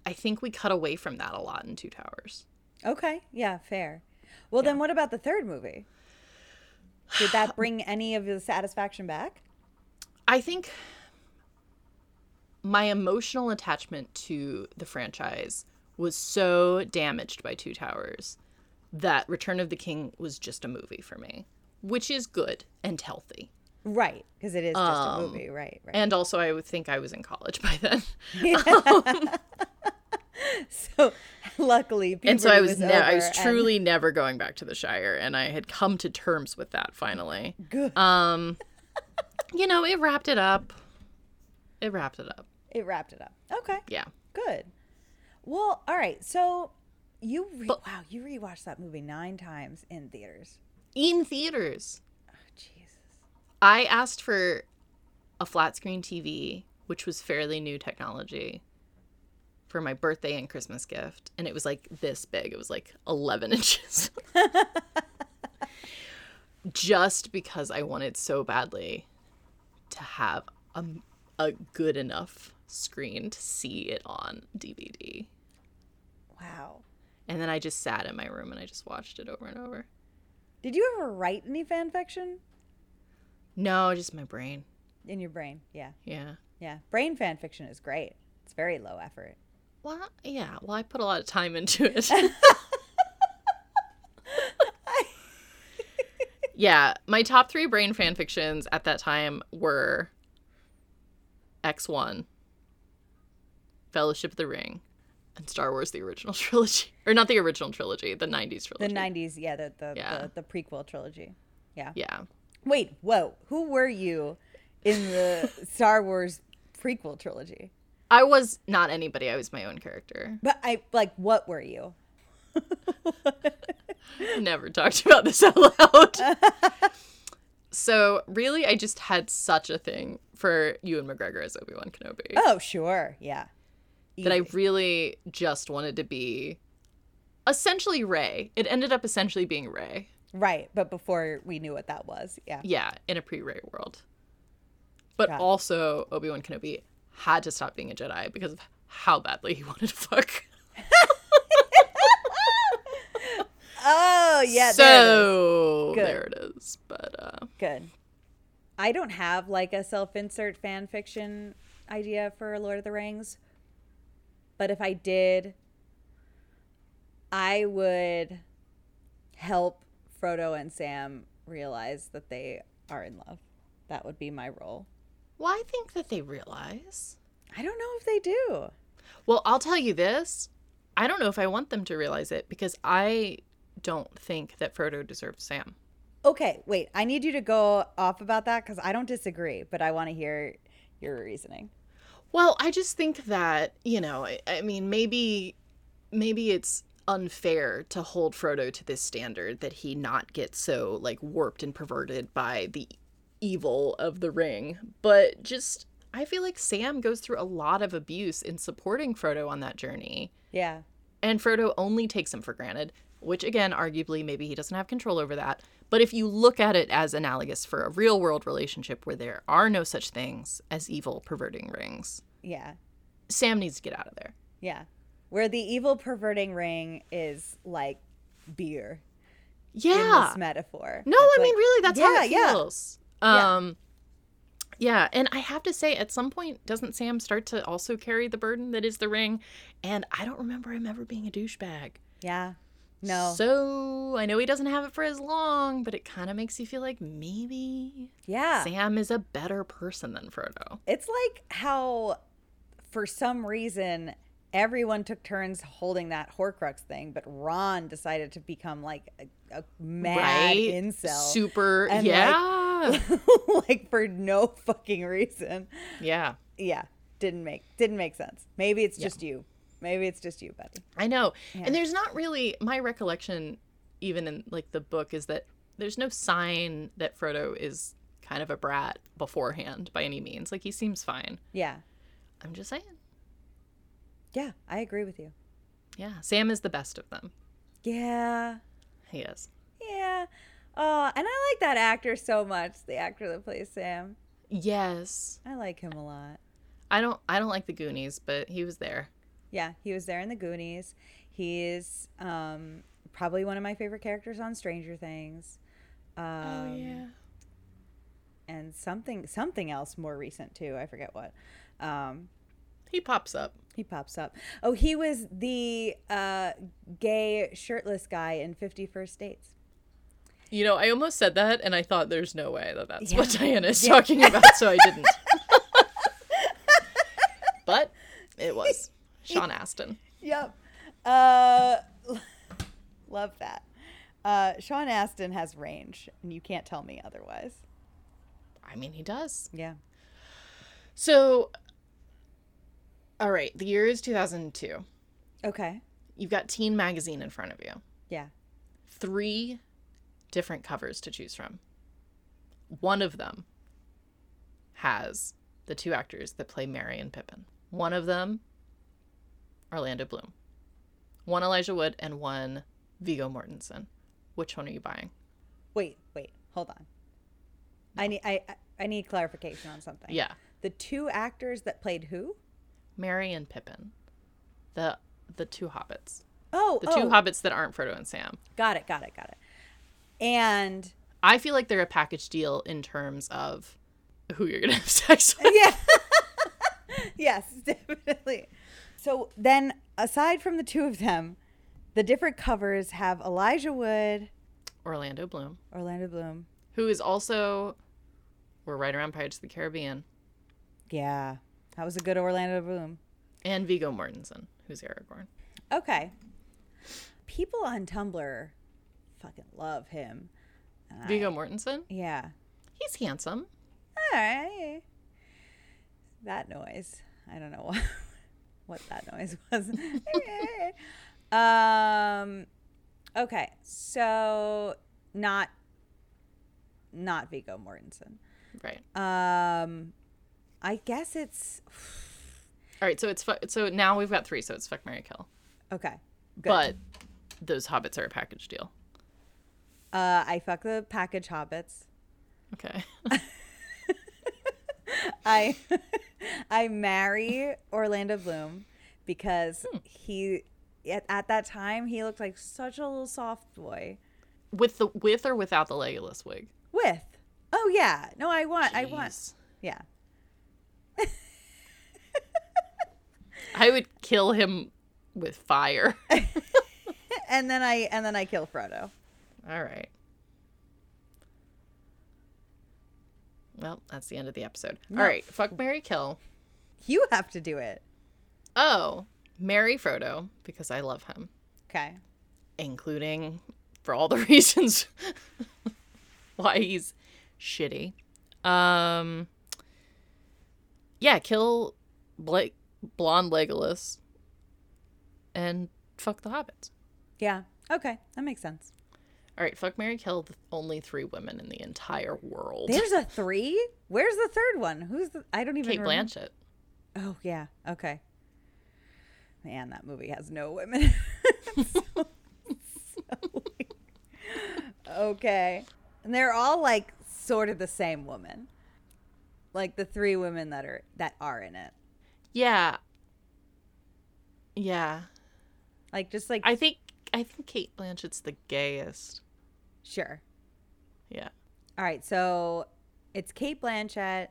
Speaker 5: I think we cut away from that a lot in Two Towers.
Speaker 6: Okay. Yeah, fair. Well, then what about the third movie? Did that bring any of the satisfaction back?
Speaker 5: I think my emotional attachment to the franchise was so damaged by Two Towers that Return of the King was just a movie for me, which is good and healthy.
Speaker 6: Right, because it is just a movie. Right, right.
Speaker 5: Um, And also, I would think I was in college by then.
Speaker 6: so luckily,
Speaker 5: and so I
Speaker 6: puberty
Speaker 5: was, ne- I
Speaker 6: over
Speaker 5: was
Speaker 6: and-
Speaker 5: truly never going back to the Shire, and I had come to terms with that finally.
Speaker 6: Good.
Speaker 5: Um, you know, it wrapped it up. It wrapped it up.
Speaker 6: it wrapped it up. Okay.
Speaker 5: Yeah.
Speaker 6: Good. Well, all right. So you re- wow, you rewatched that movie nine times in theaters.
Speaker 5: In theaters,
Speaker 6: Jesus.
Speaker 5: I asked for a flat screen TV, which was fairly new technology, for my birthday and Christmas gift, and it was like this big. It was like eleven inches. Just because I wanted so badly to have a, a good enough screen to see it on DVD.
Speaker 6: Wow.
Speaker 5: And then I just sat in my room and I just watched it over and over.
Speaker 6: Did you ever write any fan fiction
Speaker 5: No, just my brain.
Speaker 6: in your brain? Yeah.
Speaker 5: Yeah.
Speaker 6: Yeah. Brain fan fiction is great. It's very low effort.
Speaker 5: Well, yeah. Well, I put a lot of time into it. yeah, my top three brain fanfictions at that time were X1, Fellowship of the Ring, and Star Wars: The Original Trilogy, or not the original trilogy, the '90s
Speaker 6: The
Speaker 5: trilogy.
Speaker 6: 90s, yeah, the the,
Speaker 5: Yeah.
Speaker 6: the the prequel trilogy. Yeah.
Speaker 5: yeah.
Speaker 6: Wait, whoa. Who were you in the Star Wars prequel trilogy?
Speaker 5: I was not anybody. I was my own character.
Speaker 6: But I like what were you?
Speaker 5: never talked about this out loud. so really, I just had such a thing for Ewan McGregor as Obi Wan Kenobi
Speaker 6: Oh, sure. Yeah.
Speaker 5: that I
Speaker 6: Easy.
Speaker 5: really just wanted to be essentially Ray. It ended up essentially being Ray.
Speaker 6: Right, but before we knew what that was. Yeah.
Speaker 5: Yeah, in a pre Ray world. But
Speaker 6: Got it.
Speaker 5: also, Obi Wan Kenobi had to stop being a Jedi because of how badly he wanted to fuck.
Speaker 6: Oh, yeah. there it is.
Speaker 5: so
Speaker 6: Good.
Speaker 5: there it is. But uh,
Speaker 6: good. I don't have like a self-insert fan fiction idea for Lord of the Rings, but if I did, I would help Frodo and Sam realize that they are in love. That would be my role.
Speaker 5: well, I think that they realize.
Speaker 6: I don't know if they do.
Speaker 5: Well, I'll tell you this. I don't know if I want them to realize it because I don't think that Frodo deserves Sam.
Speaker 6: Okay, wait. I need you to go off about that because I don't disagree, but I want to hear your reasoning.
Speaker 5: Well, I just think that, you know, I, I mean, maybe maybe it's unfair to hold Frodo to this standard that he not get so like warped and perverted by the evil of the ring, but just I feel like Sam goes through a lot of abuse in supporting Frodo on that journey.
Speaker 6: Yeah.
Speaker 5: And Frodo only takes him for granted, which again, arguably, maybe he doesn't have control over that. But if you look at it as analogous for a real world relationship where there are no such things as evil perverting rings,
Speaker 6: Yeah.
Speaker 5: Sam needs to get out of there.
Speaker 6: Yeah. Where the evil perverting ring is like beer in
Speaker 5: Yeah.
Speaker 6: this metaphor.
Speaker 5: No,
Speaker 6: It's
Speaker 5: I mean,
Speaker 6: like-
Speaker 5: really, that's how it
Speaker 6: Yeah, yeah.
Speaker 5: feels.
Speaker 6: Yeah.
Speaker 5: Um, yeah. And I have to say, at some point, doesn't Sam start to also carry the burden that is the ring? And I don't remember him ever being a douchebag.
Speaker 6: Yeah. No.
Speaker 5: So I know he doesn't have it for as long, but it kind of makes you feel like maybe
Speaker 6: yeah.
Speaker 5: Sam is a better person than Frodo.
Speaker 6: It's like how for some reason everyone took turns holding that Horcrux thing, but Ron decided to become like a, a mad incel.
Speaker 5: Super.
Speaker 6: And, like-
Speaker 5: yeah.
Speaker 6: like for no fucking reason.
Speaker 5: yeah.
Speaker 6: Yeah. Didn't make didn't make sense. Maybe it's just you. Maybe it's just you, Betty.
Speaker 5: I know. And there's not really my recollection even in like the book is that there's no sign that Frodo is kind of a brat beforehand by any means. Like he seems fine.
Speaker 6: Yeah.
Speaker 5: I'm just saying.
Speaker 6: Yeah, I agree with you.
Speaker 5: Yeah, Sam is the best of them.
Speaker 6: Yeah.
Speaker 5: He is.
Speaker 6: Yeah. Oh, and I like that actor so much, the actor that plays Sam.
Speaker 5: Yes.
Speaker 6: I like him a lot.
Speaker 5: I don't I don't like the Goonies, but he was there.
Speaker 6: Yeah, he was there in the Goonies. He is um, probably one of my favorite characters on Stranger Things. Um, And something something else more recent too. I forget what. Um,
Speaker 5: He pops up.
Speaker 6: he pops up. Oh, he was the uh, gay shirtless guy in Fifty First Dates.
Speaker 5: You know, I almost said that and I thought there's no way that that's what
Speaker 6: Yeah.
Speaker 5: Diana is talking about, so I didn't. but it was Sean Astin.
Speaker 6: Yep. Uh, love that. Uh, Sean Astin has range, and you can't tell me otherwise.
Speaker 5: I mean, he does.
Speaker 6: Yeah.
Speaker 5: So, all right, the year is 2002.
Speaker 6: Okay.
Speaker 5: You've got Teen Magazine in front of you.
Speaker 6: Yeah.
Speaker 5: Three different covers to choose from. One of them has the two actors that play Mary and Pippin. One of them, Orlando Bloom. One Elijah Wood and one Vigo Mortensen. Which one are you buying?
Speaker 6: Wait, wait, hold on. I need I I- I need clarification on something.
Speaker 5: Yeah.
Speaker 6: The two actors that played who?
Speaker 5: Mary and Pippin. The the two hobbits.
Speaker 6: Oh,
Speaker 5: The
Speaker 6: oh,
Speaker 5: two hobbits that aren't Frodo and Sam.
Speaker 6: got it, got it, got it. And
Speaker 5: I feel like they're a package deal in terms of who you're gonna have sex with.
Speaker 6: yeah, yes, definitely. So then, aside from the two of them, the different covers have Elijah Wood,
Speaker 5: Orlando Bloom,
Speaker 6: Orlando Bloom.
Speaker 5: who is also we're right around Pirates of the Caribbean,
Speaker 6: Yeah, that was a good Orlando Bloom.
Speaker 5: and Vigo Mortensen, who's Aragorn.
Speaker 6: Okay. People on Tumblr fucking love him.
Speaker 5: Vigo Mortensen,
Speaker 6: Yeah.
Speaker 5: he's handsome.
Speaker 6: All right. That noise. I don't know what, what that noise was. um okay. So not not Vigo Mortensen.
Speaker 5: Right.
Speaker 6: Um I guess it's
Speaker 5: All right. So it's fu- so now we've got three. So it's fuck Mary Kill.
Speaker 6: okay. Good.
Speaker 5: But those hobbits are a package deal.
Speaker 6: uh I fuck the package hobbits.
Speaker 5: Okay.
Speaker 6: I I marry Orlando Bloom because he at, at that time he looked like such a little soft boy
Speaker 5: with the with or without the Legolas wig.
Speaker 6: with oh yeah no I want I want
Speaker 5: Jeez.
Speaker 6: yeah
Speaker 5: I would kill him with fire.
Speaker 6: and then I and then I kill Frodo
Speaker 5: All right. Well, that's the end of the episode. All right, fuck Mary Kill.
Speaker 6: you have to do it
Speaker 5: Oh, Mary Frodo because I love him,
Speaker 6: okay
Speaker 5: including for all the reasons why he's shitty. Um Yeah, kill Blake blonde Legolas and fuck the hobbits.
Speaker 6: yeah okay that makes sense
Speaker 5: All right, fuck Mary Kill the only three women in the entire world.
Speaker 6: there's a three where's the third one who's the I don't even
Speaker 5: Kate
Speaker 6: remember.
Speaker 5: Blanchett.
Speaker 6: Oh yeah. Okay. Man, that movie has no women. So- so weird. okay. And they're all like sort of the same woman. Like the three women that are that are in it.
Speaker 5: Yeah. Yeah.
Speaker 6: Like just like
Speaker 5: I think I think Kate Blanchett's the gayest.
Speaker 6: sure.
Speaker 5: Yeah.
Speaker 6: All right, so it's Kate Blanchett.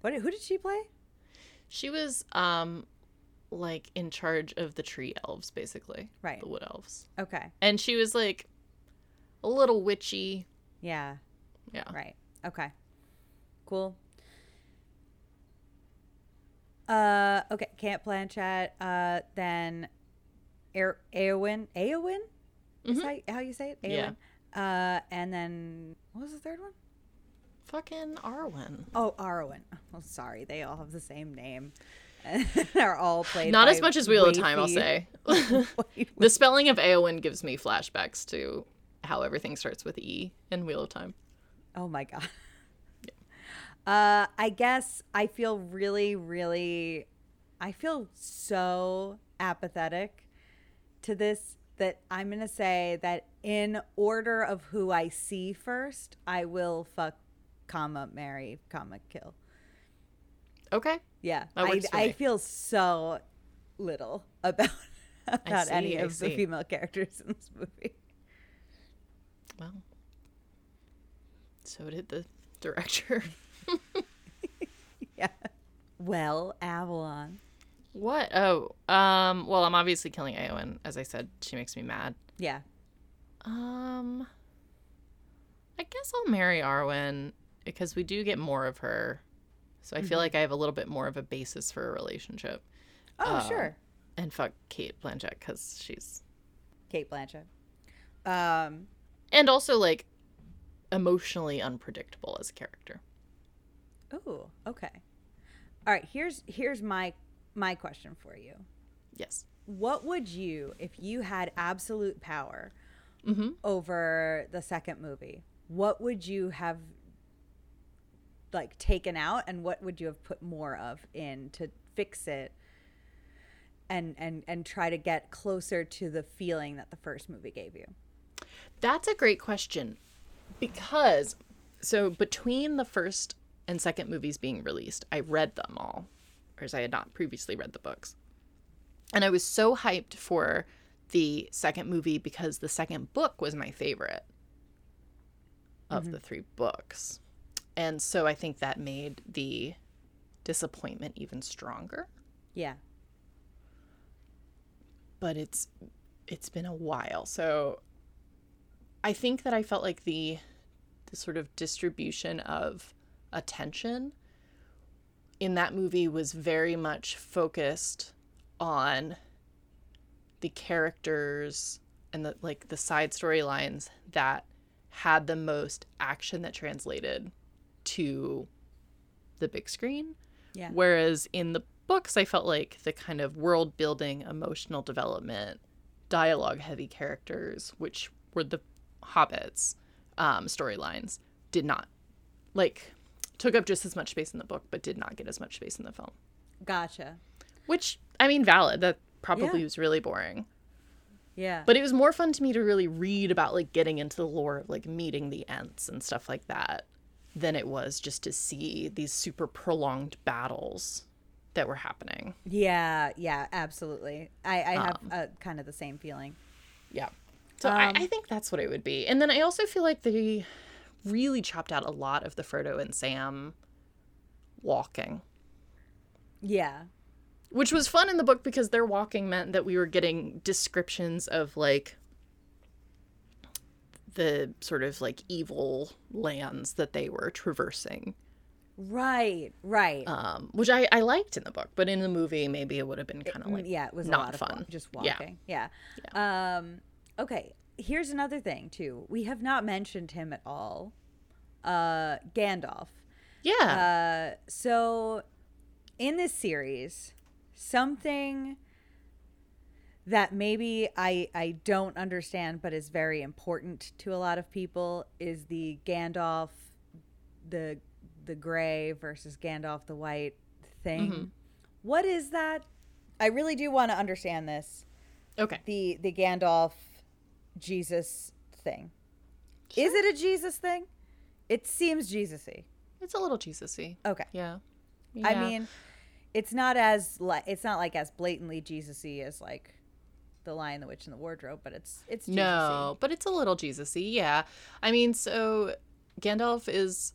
Speaker 6: What who did she play?
Speaker 5: She was um like in charge of the tree elves basically.
Speaker 6: Right.
Speaker 5: The wood elves.
Speaker 6: Okay.
Speaker 5: And she was like a little witchy.
Speaker 6: Yeah.
Speaker 5: Yeah.
Speaker 6: Right. Okay. Cool. Uh okay, Camp Blanchett, uh then Er- Eowyn, Eowyn? Is how, how you say it?
Speaker 5: Mm-hmm. Yeah.
Speaker 6: Eowyn. Uh and then what was the third one?
Speaker 5: Fucking Arwen.
Speaker 6: Oh, Arwen. Oh, sorry. They all have the same name. are all played.
Speaker 5: Not
Speaker 6: by
Speaker 5: as much as Wheel of
Speaker 6: wavy-
Speaker 5: Time, I'll say. the spelling of Aowen gives me flashbacks to how everything starts with E in Wheel of Time.
Speaker 6: Oh my god. Uh, I guess I feel really, really, I feel so apathetic to this that I'm gonna say that in order of who I see first, I will fuck, comma marry, comma kill.
Speaker 5: Okay.
Speaker 6: Yeah,
Speaker 5: That
Speaker 6: I,
Speaker 5: works for
Speaker 6: I
Speaker 5: me.
Speaker 6: feel so little about about
Speaker 5: see,
Speaker 6: any
Speaker 5: I
Speaker 6: of the
Speaker 5: see.
Speaker 6: female characters in this movie.
Speaker 5: Well, so did the director.
Speaker 6: Yeah. Well, Avalon.
Speaker 5: what? Oh, um, well, I'm obviously killing Aowen. As I said, she makes me mad.
Speaker 6: Yeah.
Speaker 5: Um, I guess I'll marry Arwen because we do get more of her. So I feel like I have a little bit more of a basis for a relationship.
Speaker 6: Oh,
Speaker 5: Ah.
Speaker 6: sure.
Speaker 5: And fuck Kate Blanchett because she's
Speaker 6: Kate Blanchett. Um,
Speaker 5: and also like emotionally unpredictable as a character.
Speaker 6: ooh, okay. All right, here's here's my my question for you.
Speaker 5: Yes.
Speaker 6: What would you if you had absolute power over the second movie? What would you have like taken out and what would you have put more of in to fix it and and and try to get closer to the feeling that the first movie gave you?
Speaker 5: That's a great question because so between the first and second movies being released, I read them all, whereas I had not previously read the books. And I was so hyped for the second movie because the second book was my favorite of the three books. And so I think that made the disappointment even stronger.
Speaker 6: Yeah.
Speaker 5: but it's it's been a while. So I think that I felt like the the sort of distribution of attention in that movie was very much focused on the characters and the like the side storylines that had the most action that translated to the big screen.
Speaker 6: Yeah.
Speaker 5: Whereas in the books, I felt like the kind of world building, emotional development, dialogue heavy characters, which were the hobbits um, storylines, did not like took up just as much space in the book, but did not get as much space in the film.
Speaker 6: Gotcha.
Speaker 5: Which I mean, valid. That probably
Speaker 6: Yeah.
Speaker 5: was really boring.
Speaker 6: Yeah.
Speaker 5: But it was more fun to me to really read about like getting into the lore of like meeting the Ents and stuff like that than it was just to see these super prolonged battles that were happening.
Speaker 6: Yeah, yeah, absolutely. I, I have
Speaker 5: Um.
Speaker 6: uh, kind of the same feeling.
Speaker 5: Yeah. So
Speaker 6: Um,
Speaker 5: I, I think that's what it would be. And then I also feel like they really chopped out a lot of the Frodo and Sam walking,
Speaker 6: Yeah,
Speaker 5: which was fun in the book because their walking meant that we were getting descriptions of like the sort of like evil lands that they were traversing.
Speaker 6: right, right.
Speaker 5: um, which I, I liked in the book, but in the movie maybe it would have been kind of like
Speaker 6: Mm, yeah, it was
Speaker 5: not
Speaker 6: a lot of
Speaker 5: fun.
Speaker 6: fun. just
Speaker 5: Yeah.
Speaker 6: walking. Yeah. Um, okay, here's another thing too. We have not mentioned him at all. Uh, Gandalf.
Speaker 5: yeah
Speaker 6: Uh, so in this series, something that maybe I I don't understand but is very important to a lot of people is the Gandalf the the gray versus Gandalf the white thing. What is that? I really do want to understand this.
Speaker 5: okay
Speaker 6: The the Gandalf Jesus thing. Is it a Jesus thing? It seems Jesusy.
Speaker 5: it's a little Jesus-y.
Speaker 6: Okay.
Speaker 5: yeah.
Speaker 6: I
Speaker 5: Yeah.
Speaker 6: mean, it's not as like it's not like as blatantly Jesusy as like the Lion, the Witch, and the Wardrobe, but it's it's Jesus-y.
Speaker 5: no, but it's a little Jesus-y. Yeah, I mean so Gandalf is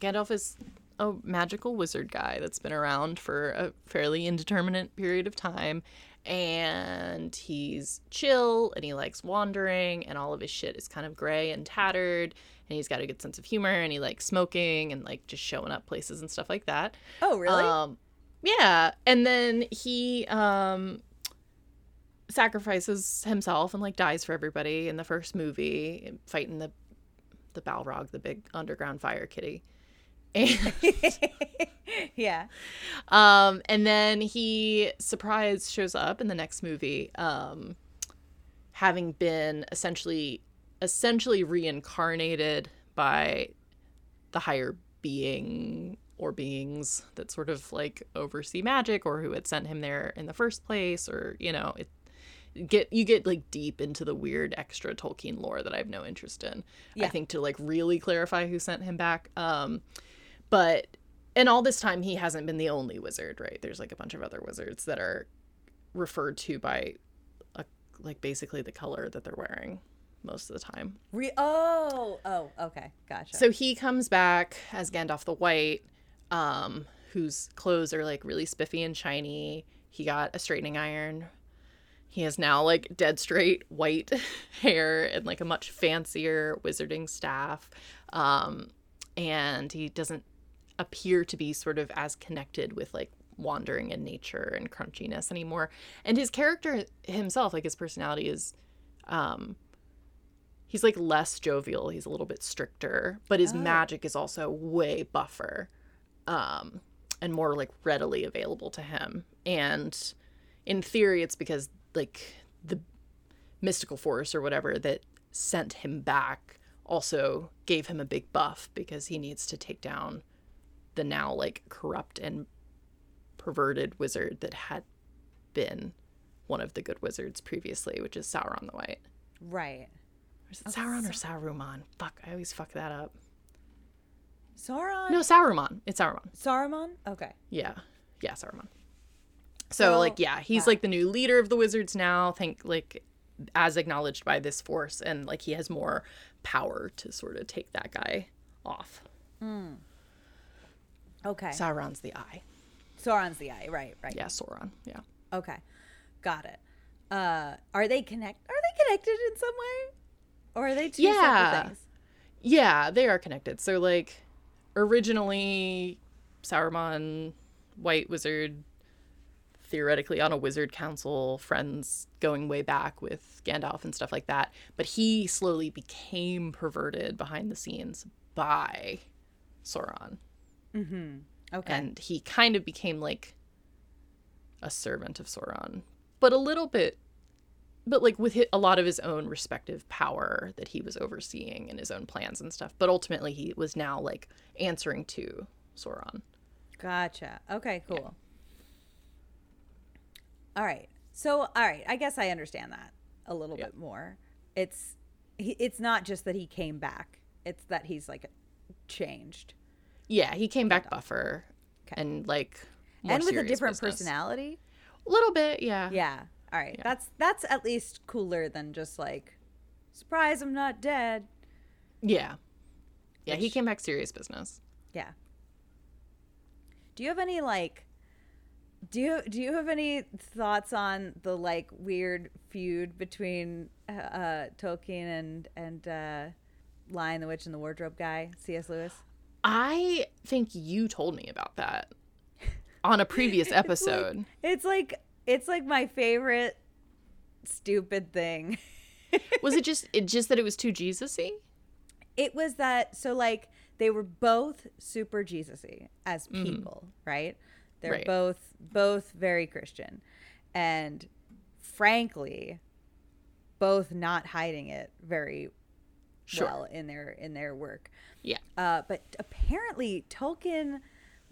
Speaker 5: Gandalf is a magical wizard guy that's been around for a fairly indeterminate period of time. And he's chill and he likes wandering, and all of his shit is kind of gray and tattered. And he's got a good sense of humor and he likes smoking and like just showing up places and stuff like that.
Speaker 6: Oh really?
Speaker 5: Um, yeah, and then he um sacrifices himself and like dies for everybody in the first movie, fighting the the Balrog, the big underground fire kitty. And,
Speaker 6: yeah.
Speaker 5: um, and then he surprise shows up in the next movie, um, having been essentially essentially reincarnated by the higher being or beings that sort of like oversee magic or who had sent him there in the first place or you know it get you get like deep into the weird extra Tolkien lore that I have no interest in. I
Speaker 6: Yeah.
Speaker 5: think to like really clarify who sent him back. Um but and all this time he hasn't been the only wizard, right? There's like a bunch of other wizards that are referred to by a, like basically the color that they're wearing most of the time.
Speaker 6: Re- oh, oh, okay. Gotcha.
Speaker 5: So he comes back as Gandalf the White, um, whose clothes are like really spiffy and shiny. He got a straightening iron. He has now like dead straight white hair and like a much fancier wizarding staff. Um, and he doesn't appear to be sort of as connected with like wandering in nature and crunchiness anymore. And his character himself, like his personality is um he's like less jovial, he's a little bit stricter, but his magic is also way buffer. Um and more like readily available to him. And in theory it's because like the mystical force or whatever that sent him back also gave him a big buff because he needs to take down the now like corrupt and perverted wizard that had been one of the good wizards previously, which is Sauron the White.
Speaker 6: right.
Speaker 5: Or is it Sauron or Saruman? Fuck, I always fuck that up.
Speaker 6: Sauron.
Speaker 5: No, Saruman. It's Sauron.
Speaker 6: Saruman. Okay.
Speaker 5: Yeah. Yeah, Saruman. So like yeah, he's like the new leader of the wizards now, think like as acknowledged by this force and like he has more power to sort of take that guy off.
Speaker 6: Okay.
Speaker 5: Sauron's the eye.
Speaker 6: Sauron's the eye. Right. Right.
Speaker 5: Yeah, Sauron. Yeah.
Speaker 6: Okay. Got it. Uh, are they connect? Are they connected in some way? Or are they two
Speaker 5: Yeah.
Speaker 6: separate things?
Speaker 5: Yeah, they are connected. So like originally Sauron, White Wizard, theoretically on a wizard council, friends going way back with Gandalf and stuff like that. But he slowly became perverted behind the scenes by Sauron.
Speaker 6: Okay.
Speaker 5: And he kind of became like a servant of Sauron, but a little bit, but like with hi- a lot of his own respective power that he was overseeing and his own plans and stuff. But ultimately, he was now like answering to Sauron.
Speaker 6: Gotcha. Okay, cool. All right. So, all right, I guess I understand that a little bit more. It's he, it's not just that he came back. It's that he's like changed
Speaker 5: Yeah, he came back buffer and like more
Speaker 6: and with a
Speaker 5: serious
Speaker 6: different
Speaker 5: business.
Speaker 6: personality.
Speaker 5: A little bit, yeah.
Speaker 6: Yeah. All right. That's that's at least cooler than just like surprise I'm not dead.
Speaker 5: Yeah. Yeah, he came back serious business.
Speaker 6: Yeah. Do you have any like do you do you have any thoughts on the like weird feud between uh, uh Tolkien and and uh Lion the Witch and the Wardrobe guy, C.S. Lewis?
Speaker 5: I think you told me about that on a previous episode.
Speaker 6: It's like it's like my favorite stupid thing.
Speaker 5: was it just it just that it was too Jesus-y?
Speaker 6: it was that so like they were both super Jesus-y as people, right?
Speaker 5: Mm-hmm.
Speaker 6: They're
Speaker 5: Right.
Speaker 6: both both very Christian. And frankly, both not hiding it very
Speaker 5: Sure.
Speaker 6: well in their in their work.
Speaker 5: Yeah.
Speaker 6: Uh, but apparently, Tolkien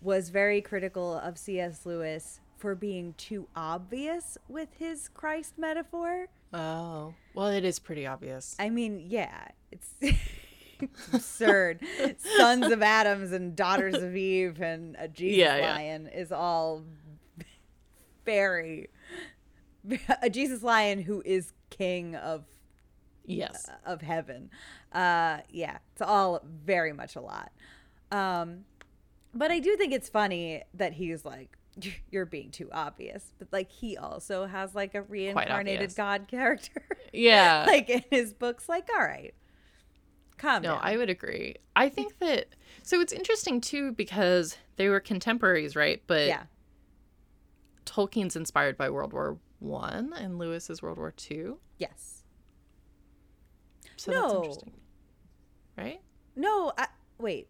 Speaker 6: was very critical of C.S. Lewis for being too obvious with his Christ metaphor.
Speaker 5: Oh. Well, it is pretty obvious.
Speaker 6: I mean, yeah, it's it's absurd. Sons of Adams and daughters of Eve and a Jesus
Speaker 5: Yeah, yeah.
Speaker 6: lion is all very a Jesus lion who is king of
Speaker 5: yes.
Speaker 6: of heaven. Uh, yeah, it's all very much a lot. Um, but I do think it's funny that he's like, "You're being too obvious," but like he also has like a
Speaker 5: obvious.
Speaker 6: reincarnated God character.
Speaker 5: Yeah.
Speaker 6: like in his books like all right come
Speaker 5: no, I would agree. I think that so it's interesting too because they were contemporaries, right? But
Speaker 6: yeah
Speaker 5: Tolkien's inspired by World War 1 and Lewis is World War 2.
Speaker 6: yes
Speaker 5: So
Speaker 6: No.
Speaker 5: that's interesting. Right?
Speaker 6: no I, wait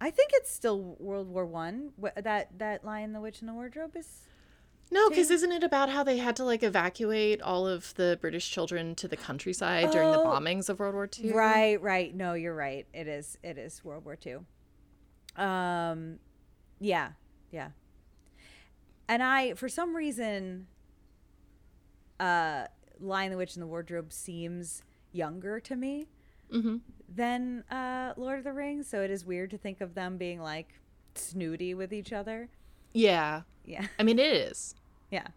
Speaker 6: I think it's still World War One. wh- That that Lion, the Witch, and the Wardrobe is.
Speaker 5: No, because isn't it about how they had to like evacuate all of the British children to the countryside during the
Speaker 6: Oh.
Speaker 5: bombings of World War II?
Speaker 6: Right, right. No, you're right. It is. It is World War Two. Um, yeah, yeah. And I, for some reason, uh, Lion, the Witch, and the Wardrobe seems younger to me
Speaker 5: Mm-hmm.
Speaker 6: than uh, Lord of the Rings. So it is weird to think of them being like snooty with each other.
Speaker 5: Yeah.
Speaker 6: Yeah,
Speaker 5: I mean, it is,
Speaker 6: yeah,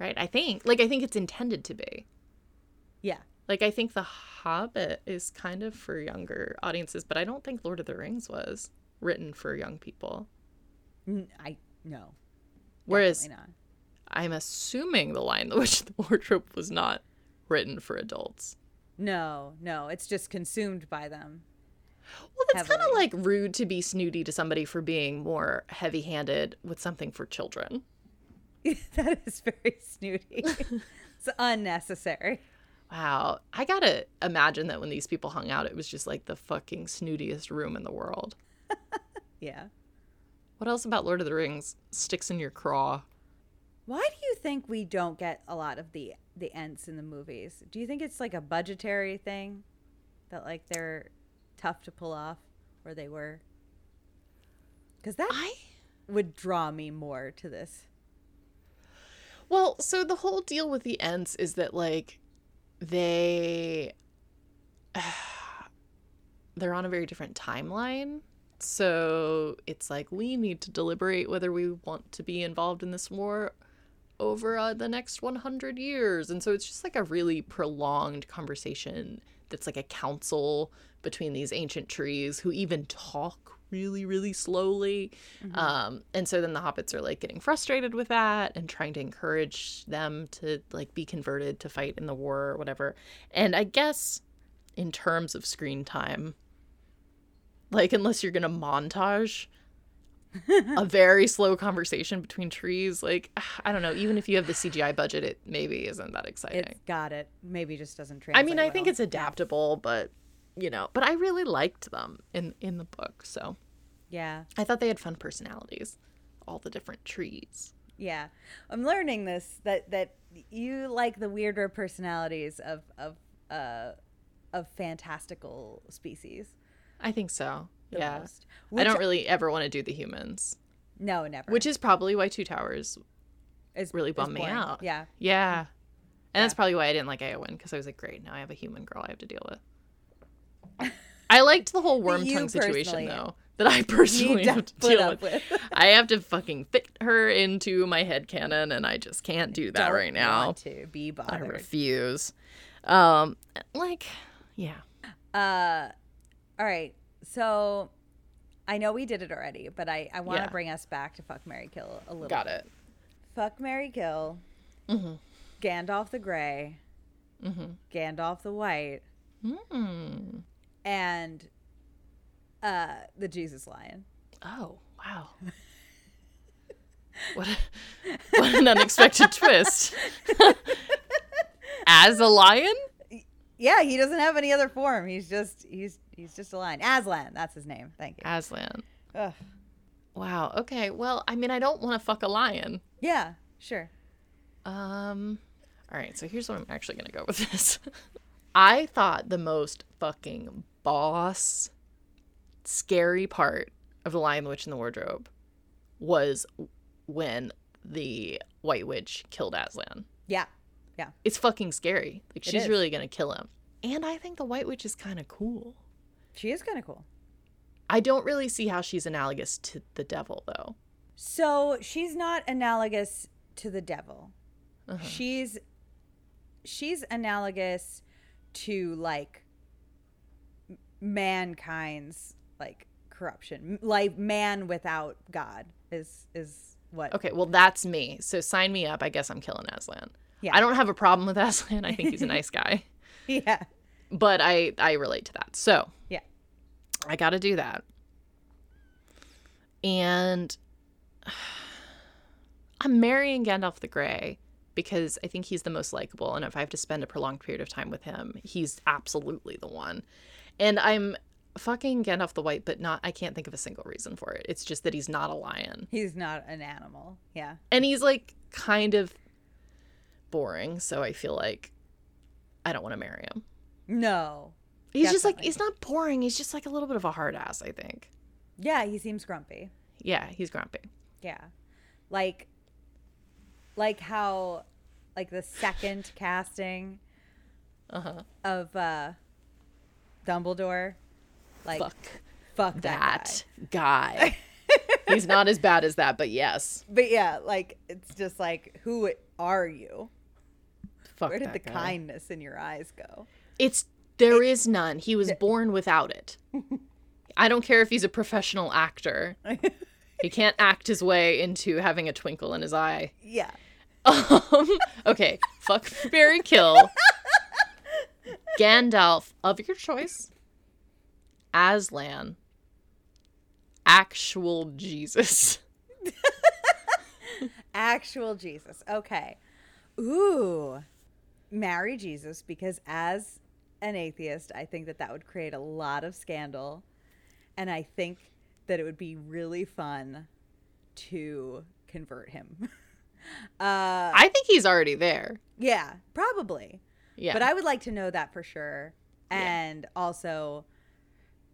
Speaker 5: right? I think. Like, I think it's intended to be.
Speaker 6: yeah.
Speaker 5: Like, I think The Hobbit is kind of for younger audiences, but I don't think Lord of the Rings was written for young people.
Speaker 6: N- I no.
Speaker 5: Whereas
Speaker 6: Definitely not.
Speaker 5: I'm assuming The Lion, the Witch, and the Wardrobe was not written for adults.
Speaker 6: No, no. It's just consumed by them.
Speaker 5: Well, that's kind of like rude to be snooty to somebody for being more heavy handed with something for children.
Speaker 6: that is very snooty. it's unnecessary.
Speaker 5: Wow. I gotta imagine that when these people hung out, it was just like the fucking snootiest room in the world.
Speaker 6: Yeah.
Speaker 5: What else about Lord of the Rings sticks in your craw?
Speaker 6: Why do you think we don't get a lot of the the ents in the movies? Do you think it's like a budgetary thing that like they're tough to pull off or they were? Cuz that
Speaker 5: I
Speaker 6: would draw me more to this.
Speaker 5: Well, so the whole deal with the Ents is that like they they're on a very different timeline. So it's like we need to deliberate whether we want to be involved in this war over uh, the next 100 years. And so it's just like a really prolonged conversation that's like a council between these ancient trees who even talk really, really slowly. Um, and so then the hobbits are like getting frustrated with that and trying to encourage them to like be converted to fight in the war or whatever. And I guess in terms of screen time, like unless you're going to montage a very slow conversation between trees. Like, I don't know. Even if you have the CGI budget, it maybe isn't that exciting.
Speaker 6: It's got it. Maybe just doesn't
Speaker 5: I
Speaker 6: translate.
Speaker 5: mean, I think
Speaker 6: well.
Speaker 5: it's adaptable, but you know, but I really liked them in in the book. So
Speaker 6: Yeah.
Speaker 5: I thought they had fun personalities. All the different trees.
Speaker 6: Yeah. I'm learning this that that you like the weirder personalities of of uh of fantastical species.
Speaker 5: I think so.
Speaker 6: the
Speaker 5: yeah.
Speaker 6: most.
Speaker 5: I
Speaker 6: Which-
Speaker 5: don't really ever want to do the humans,
Speaker 6: No, never.
Speaker 5: which is probably why Two Towers
Speaker 6: is
Speaker 5: really
Speaker 6: is
Speaker 5: bummed me
Speaker 6: boring.
Speaker 5: out.
Speaker 6: Yeah,
Speaker 5: Yeah. And that's probably why I didn't like Eowyn because I was like, great, now I have a human girl I have to deal with. I liked the whole worm
Speaker 6: you
Speaker 5: tongue situation
Speaker 6: personally
Speaker 5: though that I personally
Speaker 6: to
Speaker 5: have to
Speaker 6: put
Speaker 5: deal
Speaker 6: up
Speaker 5: with.
Speaker 6: with.
Speaker 5: I have to fucking fit her into my head canon, and I just can't do that
Speaker 6: Don't
Speaker 5: right now.
Speaker 6: want to be
Speaker 5: I
Speaker 6: bothered.
Speaker 5: refuse. Um, like, yeah,
Speaker 6: Uh, all right. So I know we did it already, but I I want to
Speaker 5: Yeah.
Speaker 6: bring us back to fuck Mary Kill a little.
Speaker 5: got it. Mm-hmm.
Speaker 6: Fuck Mary Kill. Gandalf the Gray. Gandalf the White.
Speaker 5: Hmm.
Speaker 6: And uh, the Jesus Lion.
Speaker 5: Oh wow. What, a, what an unexpected twist. As a lion?
Speaker 6: Yeah, he doesn't have any other form. He's just he's he's just a lion. Aslan, that's his name. Thank you.
Speaker 5: Aslan.
Speaker 6: Ugh.
Speaker 5: Wow. Okay. Well, I mean, I don't want to fuck a lion.
Speaker 6: Yeah, sure.
Speaker 5: Um, all right, so here's where I'm actually gonna go with this. I thought the most fucking boss, scary part of The Lion, the Witch, and the Wardrobe was when the White Witch killed Aslan.
Speaker 6: Yeah. Yeah.
Speaker 5: It's fucking scary. Like, she's
Speaker 6: is.
Speaker 5: really gonna kill him. And I think the White Witch is kind of cool.
Speaker 6: She is kind of cool.
Speaker 5: I don't really see how she's analogous to the devil, though.
Speaker 6: So she's not analogous to the devil.
Speaker 5: Uh-huh.
Speaker 6: Uh-huh. She's she's analogous to like m- mankind's like corruption. M- Like man without God is is what
Speaker 5: Okay, well, that's me. So sign me up. I guess I'm killing Aslan.
Speaker 6: Yeah.
Speaker 5: I don't have a problem with Aslan. I think he's a nice guy.
Speaker 6: Yeah.
Speaker 5: but I I relate to that. So
Speaker 6: Yeah.
Speaker 5: I got to do that. And I'm marrying Gandalf the Grey because I think he's the most likable, and if I have to spend a prolonged period of time with him, he's absolutely the one. And I'm fucking get off the white, but not. I can't think of a single reason for it. It's just that he's not a lion,
Speaker 6: He's not an animal. Yeah.
Speaker 5: and he's like kind of boring. So I feel like I don't want to marry him.
Speaker 6: No.
Speaker 5: He's just like
Speaker 6: Definitely.
Speaker 5: he's not boring. He's just like a little bit of a hard ass. I think.
Speaker 6: Yeah, he seems grumpy.
Speaker 5: Yeah, he's grumpy.
Speaker 6: Yeah. Like like how like the second casting
Speaker 5: Uh-huh.
Speaker 6: of uh Dumbledore. Like
Speaker 5: Fuck
Speaker 6: fuck that. guy.
Speaker 5: that guy. he's not as bad as that, but yes,
Speaker 6: But yeah, like it's just like who are you?
Speaker 5: fuck
Speaker 6: Where did
Speaker 5: that
Speaker 6: the
Speaker 5: guy.
Speaker 6: kindness in your eyes go?
Speaker 5: It's there is none. He was born without it. I don't care if he's a professional actor. He can't act his way into having a twinkle in his eye.
Speaker 6: Yeah.
Speaker 5: Um, okay, fuck Mary Kill. Gandalf of your choice. Aslan. Actual Jesus.
Speaker 6: Actual Jesus. Okay. Ooh. Marry Jesus because as an atheist, I think that that would create a lot of scandal. And I think that it would be really fun to convert him. uh
Speaker 5: I think he's already there.
Speaker 6: yeah, probably.
Speaker 5: Yeah.
Speaker 6: But I would like to know that for sure. And also,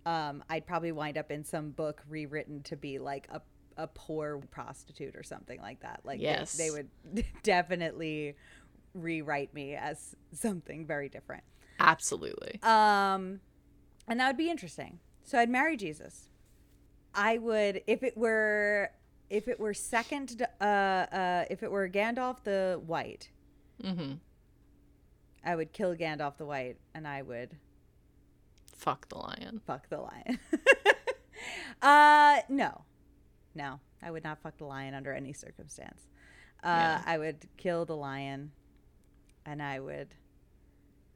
Speaker 6: um, I'd probably wind up in some book rewritten to be like a, a poor prostitute or something like that. Like, they-
Speaker 5: Yes.
Speaker 6: they, would definitely rewrite me as something very different.
Speaker 5: absolutely.
Speaker 6: Um, and that would be interesting. So I'd marry Jesus. I would, if it were, if it were second, uh, uh, if it were Gandalf the White,
Speaker 5: hmm
Speaker 6: I would kill Gandalf the White and I would
Speaker 5: Fuck the lion.
Speaker 6: fuck the lion. uh, no, no, I would not fuck the lion under any circumstance. Uh,
Speaker 5: Yeah.
Speaker 6: I would kill the lion, and I would,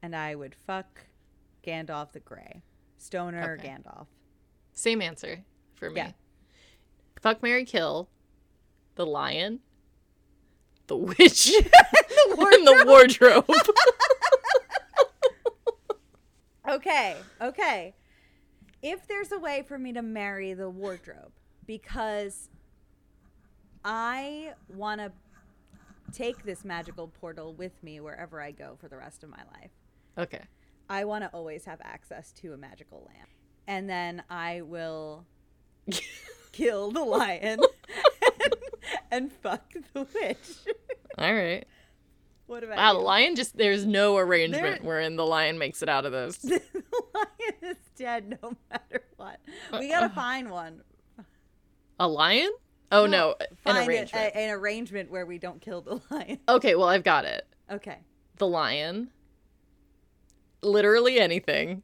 Speaker 6: and I would fuck Gandalf the Grey, stoner
Speaker 5: Okay.
Speaker 6: Gandalf.
Speaker 5: Same answer for me.
Speaker 6: Yeah.
Speaker 5: Fuck Mary Kill. The lion. The witch. and the wardrobe.
Speaker 6: Okay, okay. If there's a way for me to marry the wardrobe, because I want to take this magical portal with me wherever I go for the rest of my life.
Speaker 5: okay.
Speaker 6: I want to always have access to a magical lamp. And then I will kill the lion and fuck the witch.
Speaker 5: All right.
Speaker 6: What about
Speaker 5: Wow, the
Speaker 6: you?
Speaker 5: lion just there's no arrangement wherein the lion makes it out of this.
Speaker 6: the lion is dead no matter what. We
Speaker 5: Uh-uh.
Speaker 6: got to find one.
Speaker 5: A lion? Oh no, an
Speaker 6: Find
Speaker 5: arrangement.
Speaker 6: A, an arrangement where we don't kill the lion.
Speaker 5: okay, well I've got it.
Speaker 6: Okay.
Speaker 5: The lion. Literally anything.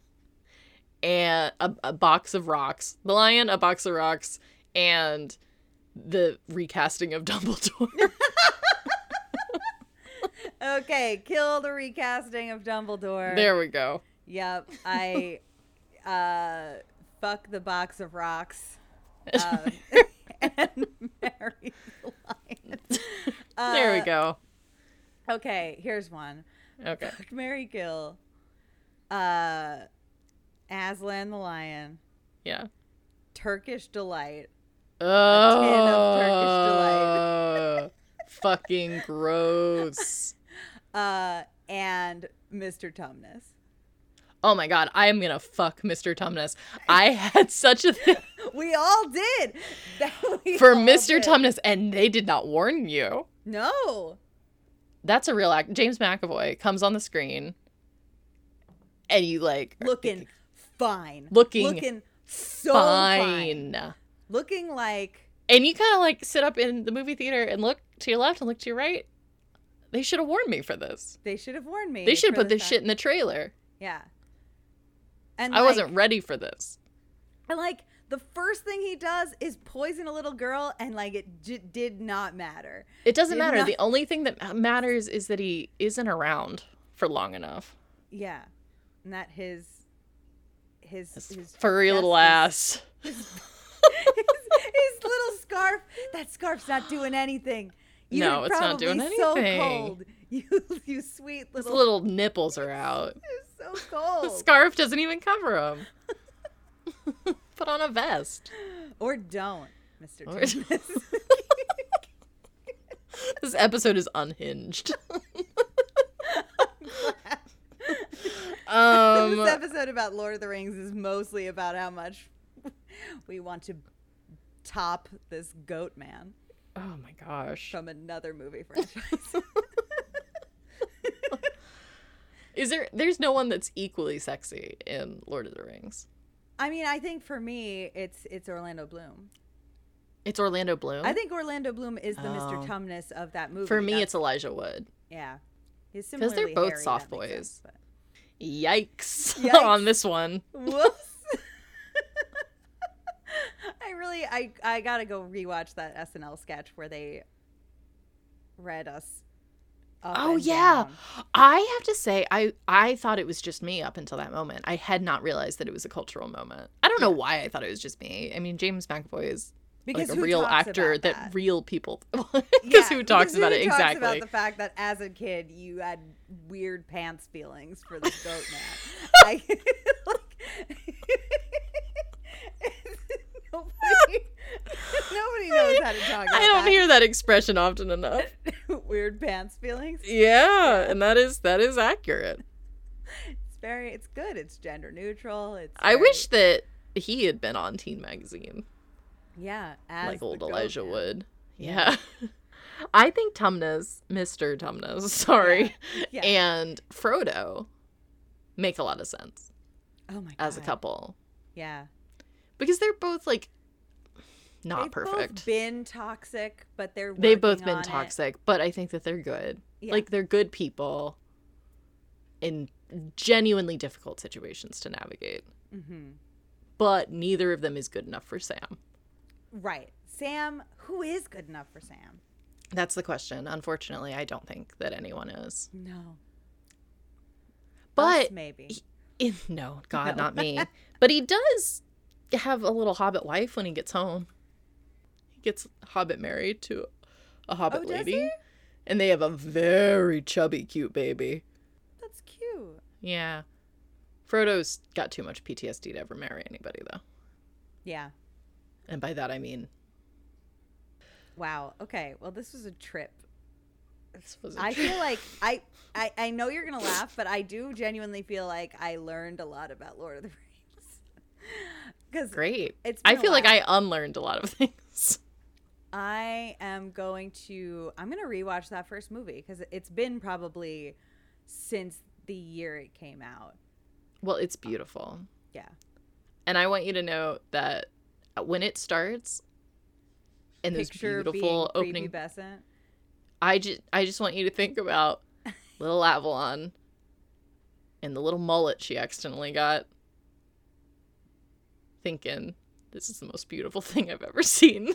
Speaker 5: and a, a box of rocks. The lion, a box of rocks, and the recasting of Dumbledore.
Speaker 6: Okay, kill the recasting of Dumbledore.
Speaker 5: there we go.
Speaker 6: Yep. I uh fuck the box of rocks. Um, and marry the lion.
Speaker 5: there
Speaker 6: Uh,
Speaker 5: we go.
Speaker 6: Okay, here's one.
Speaker 5: Okay.
Speaker 6: Mary Gill. Uh Aslan the Lion.
Speaker 5: Yeah.
Speaker 6: Turkish Delight.
Speaker 5: Oh.
Speaker 6: tin of Turkish delight.
Speaker 5: fucking gross.
Speaker 6: Uh and Mr. Tumnus.
Speaker 5: Oh my god, I am gonna fuck Mr. Tumnus. I had such a thing
Speaker 6: We all did. That we
Speaker 5: for
Speaker 6: all
Speaker 5: Mr.
Speaker 6: did.
Speaker 5: Tumnus, and they did not warn you.
Speaker 6: No.
Speaker 5: That's a real act. James McAvoy comes on the screen, and you like are
Speaker 6: Looking fine.
Speaker 5: Looking
Speaker 6: looking so fine.
Speaker 5: fine.
Speaker 6: Looking like
Speaker 5: and you kind of like sit up in the movie theater and look to your left and look to your right. They should have warned me for this.
Speaker 6: They should have warned me.
Speaker 5: They should have
Speaker 6: for
Speaker 5: put this shit in the trailer.
Speaker 6: Yeah. And
Speaker 5: I
Speaker 6: like-
Speaker 5: wasn't ready for this.
Speaker 6: And like the first thing he does is poison a little girl, and like it j- did not matter.
Speaker 5: It doesn't
Speaker 6: did
Speaker 5: matter.
Speaker 6: not-
Speaker 5: The only thing that matters is that he isn't around for long enough.
Speaker 6: Yeah. And that his his his
Speaker 5: Furry little
Speaker 6: chest
Speaker 5: ass.
Speaker 6: is- his, his little scarf. That scarf's not doing anything. You
Speaker 5: No,
Speaker 6: were
Speaker 5: it's not doing
Speaker 6: probably So
Speaker 5: anything.
Speaker 6: cold. You you sweet
Speaker 5: His
Speaker 6: little.
Speaker 5: little nipples are out.
Speaker 6: It's so cold.
Speaker 5: Scarf doesn't even cover him. Put on a vest.
Speaker 6: or don't, Mr.
Speaker 5: Or-
Speaker 6: Thomas.
Speaker 5: This episode is unhinged. um, uh,
Speaker 6: this episode about Lord of the Rings is mostly about how much we want to top this goat man
Speaker 5: oh my gosh.
Speaker 6: from another movie franchise.
Speaker 5: Is there there's no one that's equally sexy in Lord of the Rings.
Speaker 6: I mean, I think for me, it's it's Orlando Bloom.
Speaker 5: It's Orlando Bloom.
Speaker 6: I think Orlando Bloom is the Mr.
Speaker 5: Oh.
Speaker 6: Tumnus of that movie.
Speaker 5: for me
Speaker 6: That's-
Speaker 5: it's Elijah Wood.
Speaker 6: yeah, because
Speaker 5: they're both soft boys. Yikes. on this one.
Speaker 6: Whoops. I really, I, I gotta go rewatch that SNL sketch where they read us. up
Speaker 5: Oh
Speaker 6: and
Speaker 5: yeah.
Speaker 6: down.
Speaker 5: I have to say I I thought it was just me up until that moment. I had not realized that it was a cultural moment. I don't know why I thought it was just me. I mean James McAvoy is
Speaker 6: because
Speaker 5: like a
Speaker 6: who
Speaker 5: real
Speaker 6: talks
Speaker 5: actor
Speaker 6: about
Speaker 5: that? real people because who talks about it
Speaker 6: talks
Speaker 5: exactly.
Speaker 6: About the fact that as a kid you had weird pants feelings for the goat man. I, like, nobody, nobody knows how to talk. About
Speaker 5: I don't
Speaker 6: that.
Speaker 5: hear that expression often enough.
Speaker 6: weird pants feelings.
Speaker 5: Yeah, and that is that is accurate.
Speaker 6: It's very, it's good. It's gender neutral. It's.
Speaker 5: I
Speaker 6: very-
Speaker 5: wish that he had been on Teen Magazine,
Speaker 6: Yeah, as
Speaker 5: like
Speaker 6: the
Speaker 5: old
Speaker 6: goat
Speaker 5: Elijah
Speaker 6: man.
Speaker 5: Wood. Yeah. I think Tumnus, Mr. Tumnus, sorry,
Speaker 6: Yeah.
Speaker 5: and Frodo make a lot of sense
Speaker 6: Oh my god.
Speaker 5: as a couple
Speaker 6: Yeah.
Speaker 5: because they're both like not
Speaker 6: They've Both
Speaker 5: perfect.
Speaker 6: been toxic, but they're.
Speaker 5: They've both
Speaker 6: working
Speaker 5: been
Speaker 6: on it.
Speaker 5: toxic, but I think that they're good.
Speaker 6: Yeah.
Speaker 5: Like they're good people in genuinely difficult situations to navigate.
Speaker 6: Mm-hmm.
Speaker 5: But neither of them is good enough for Sam.
Speaker 6: Right. Sam, who is good enough for Sam?
Speaker 5: That's the question. Unfortunately, I don't think that anyone is.
Speaker 6: No.
Speaker 5: But
Speaker 6: Us, maybe.
Speaker 5: in, no, God, not me. But he does have a little hobbit wife when he gets home. He gets hobbit married to a hobbit
Speaker 6: Oh, does
Speaker 5: lady,
Speaker 6: he?
Speaker 5: and they have a very chubby, cute baby.
Speaker 6: That's cute.
Speaker 5: Yeah. Frodo's got too much PTSD to ever marry anybody, though.
Speaker 6: Yeah.
Speaker 5: And by that, I mean
Speaker 6: Wow. Okay. Well, this was a trip.
Speaker 5: this was. a
Speaker 6: I
Speaker 5: trip.
Speaker 6: feel like I, I I know you're gonna laugh, but I do genuinely feel like I learned a lot about Lord of the Rings. Because
Speaker 5: great.
Speaker 6: it's
Speaker 5: I
Speaker 6: been a
Speaker 5: feel like
Speaker 6: while.
Speaker 5: I unlearned a lot of things.
Speaker 6: I am going to I'm going to rewatch that first movie because it's been probably since the year it came out.
Speaker 5: Well, it's beautiful.
Speaker 6: Yeah.
Speaker 5: And I want you to know that when it starts and this
Speaker 6: Picture
Speaker 5: beautiful
Speaker 6: being
Speaker 5: opening,
Speaker 6: Phoebe Besant.
Speaker 5: I just I just want you to think about little Avalon and the little mullet she accidentally got thinking this is the most beautiful thing I've ever seen.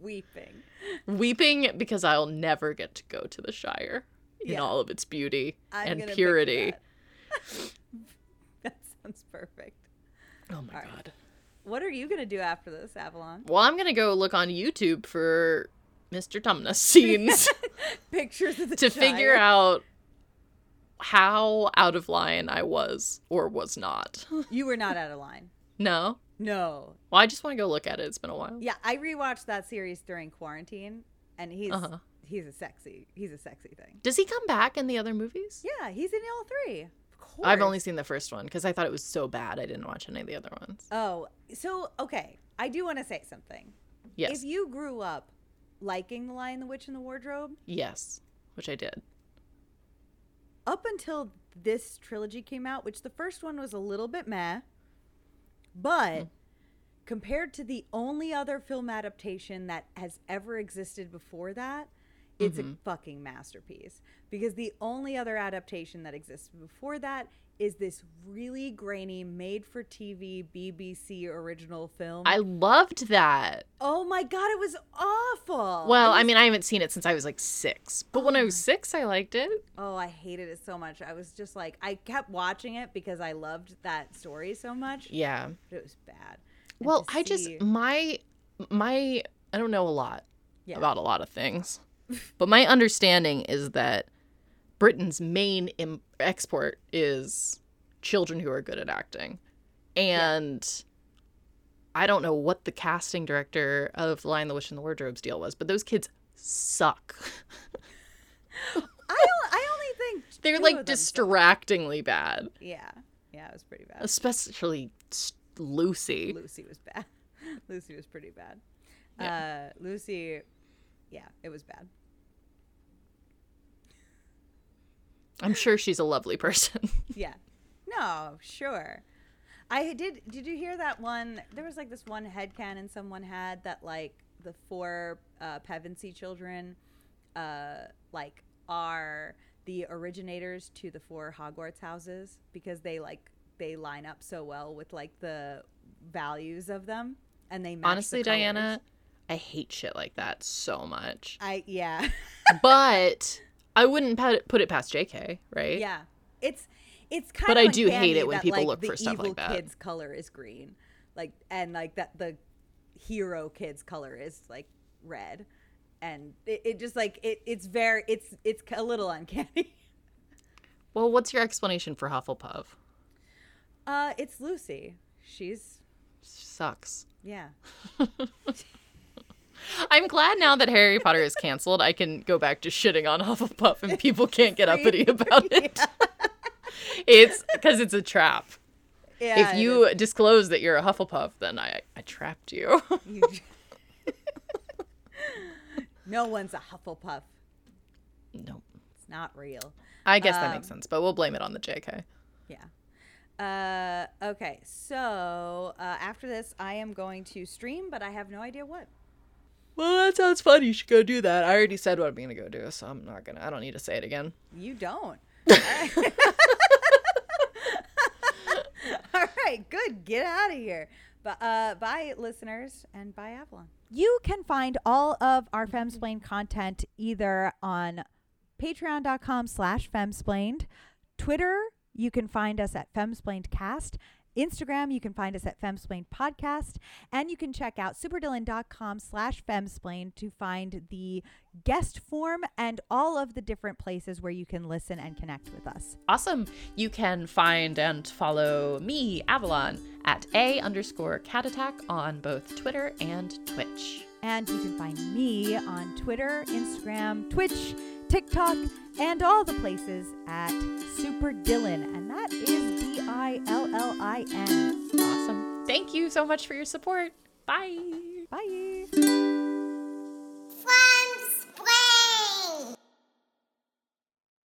Speaker 6: weeping.
Speaker 5: Weeping because I'll never get to go to the Shire in
Speaker 6: Yeah.
Speaker 5: all of its beauty
Speaker 6: I'm
Speaker 5: and
Speaker 6: gonna picture
Speaker 5: purity.
Speaker 6: That. that sounds perfect.
Speaker 5: Oh my
Speaker 6: All right.
Speaker 5: god.
Speaker 6: What are you going to do after this, Avalon?
Speaker 5: Well, I'm going to go look on YouTube for Mr. Tumnus scenes.
Speaker 6: Pictures of the
Speaker 5: to figure
Speaker 6: Shire.
Speaker 5: out how out of line I was or was not.
Speaker 6: You were not out of line.
Speaker 5: No.
Speaker 6: No.
Speaker 5: Well, I just want to go look at it. It's been a while.
Speaker 6: Yeah, I rewatched that series during quarantine and he's
Speaker 5: Uh-huh.
Speaker 6: he's a sexy he's a sexy thing.
Speaker 5: Does he come back in the other movies?
Speaker 6: Yeah, he's in all three. Of course.
Speaker 5: I've only seen the first one because I thought it was so bad I didn't watch any of the other ones.
Speaker 6: Oh, so okay. I do want to say something.
Speaker 5: Yes.
Speaker 6: If you grew up liking The Lion, the Witch, and the Wardrobe,
Speaker 5: yes. Which I did.
Speaker 6: up until this trilogy came out, which the first one was a little bit meh,
Speaker 5: Hmm.
Speaker 6: but compared to the only other film adaptation that has ever existed before that, it's
Speaker 5: Mm-hmm.
Speaker 6: a fucking masterpiece. Because the only other adaptation that exists before that is this really grainy, made for TV BBC original film.
Speaker 5: I loved that.
Speaker 6: Oh my god, it was awful.
Speaker 5: Well,
Speaker 6: It
Speaker 5: I
Speaker 6: was-
Speaker 5: mean, I haven't seen Oh, it since I was like six, but when I was six, I liked it.
Speaker 6: oh, I hated it so much. I was just like, I kept watching it because I loved that story so much.
Speaker 5: Yeah.
Speaker 6: But it was bad. And
Speaker 5: Well,
Speaker 6: to
Speaker 5: I just
Speaker 6: see-
Speaker 5: my my I don't know a lot
Speaker 6: Yeah.
Speaker 5: about a lot of things, but my understanding is that Britain's main Im- export is children who are good at acting. And I don't know what the casting director of Lion the Witch and the Wardrobe's deal was, but those kids suck.
Speaker 6: I don't, I only think
Speaker 5: They're
Speaker 6: two
Speaker 5: like
Speaker 6: of them-
Speaker 5: distractingly bad,
Speaker 6: Yeah, yeah, it was pretty bad.
Speaker 5: especially s- Lucy.
Speaker 6: Lucy was bad. Lucy was pretty bad.
Speaker 5: Yeah.
Speaker 6: Uh, Lucy, yeah, it was bad.
Speaker 5: I'm sure she's a lovely person.
Speaker 6: Yeah. No, sure. I did. Did you hear that one? There was like this one headcanon someone had that like the four uh, Pevensey children, uh, like are the originators to the four Hogwarts houses because they like they line up so well with like the values of them and they match the
Speaker 5: Honestly, Diana,
Speaker 6: colours.
Speaker 5: I hate shit like that so much.
Speaker 6: I yeah.
Speaker 5: but I wouldn't pat- put it past JK, right?
Speaker 6: Yeah, it's it's kind
Speaker 5: But
Speaker 6: of.
Speaker 5: I do hate
Speaker 6: uncanny
Speaker 5: it when
Speaker 6: that,
Speaker 5: people
Speaker 6: like,
Speaker 5: look
Speaker 6: the
Speaker 5: for stuff like
Speaker 6: evil
Speaker 5: that.
Speaker 6: Kid's color is green, like and like that the hero kid's color is like red, and it, it just like it, it's very it's it's a little uncanny.
Speaker 5: Well, what's your explanation for Hufflepuff?
Speaker 6: Uh, it's Lucy. She's
Speaker 5: Sucks.
Speaker 6: yeah.
Speaker 5: I'm glad now that Harry Potter is canceled, I can go back to shitting on Hufflepuff and people can't get uppity about it. it's because it's a trap.
Speaker 6: Yeah,
Speaker 5: if
Speaker 6: it
Speaker 5: you disclose that you're a Hufflepuff, then I, I trapped you.
Speaker 6: is- no one's a Hufflepuff.
Speaker 5: nope.
Speaker 6: It's not real.
Speaker 5: I guess
Speaker 6: Um,
Speaker 5: that makes sense, but we'll blame it on the JK.
Speaker 6: Yeah. Uh, okay, so uh, after this, I am going to stream, but I have no idea what.
Speaker 5: Well, that sounds fun. You should go do that. I already said what I'm going to go do, so I'm not going to, I don't need to say it again.
Speaker 6: You don't. All right, good. Get out of here. But uh, bye, listeners, and bye, Avalon. You can find all of our Femsplain content either on patreon.com slash femsplained, Twitter, you can find us at femsplainedcast, Instagram, you can find us at femsplained podcast, and you can check out superdylan.com slash femsplained to find the guest form and all of the different places where you can listen and connect with us.
Speaker 5: Awesome. You can find and follow me, Avalon, at A underscore cat attack on both Twitter and Twitch.
Speaker 6: And you can find me on Twitter, Instagram, Twitch, TikTok, and all the places at Super Dylan. And that is D I L L I N.
Speaker 5: Awesome. Thank you so much for your support. Bye.
Speaker 6: Bye.
Speaker 4: Fly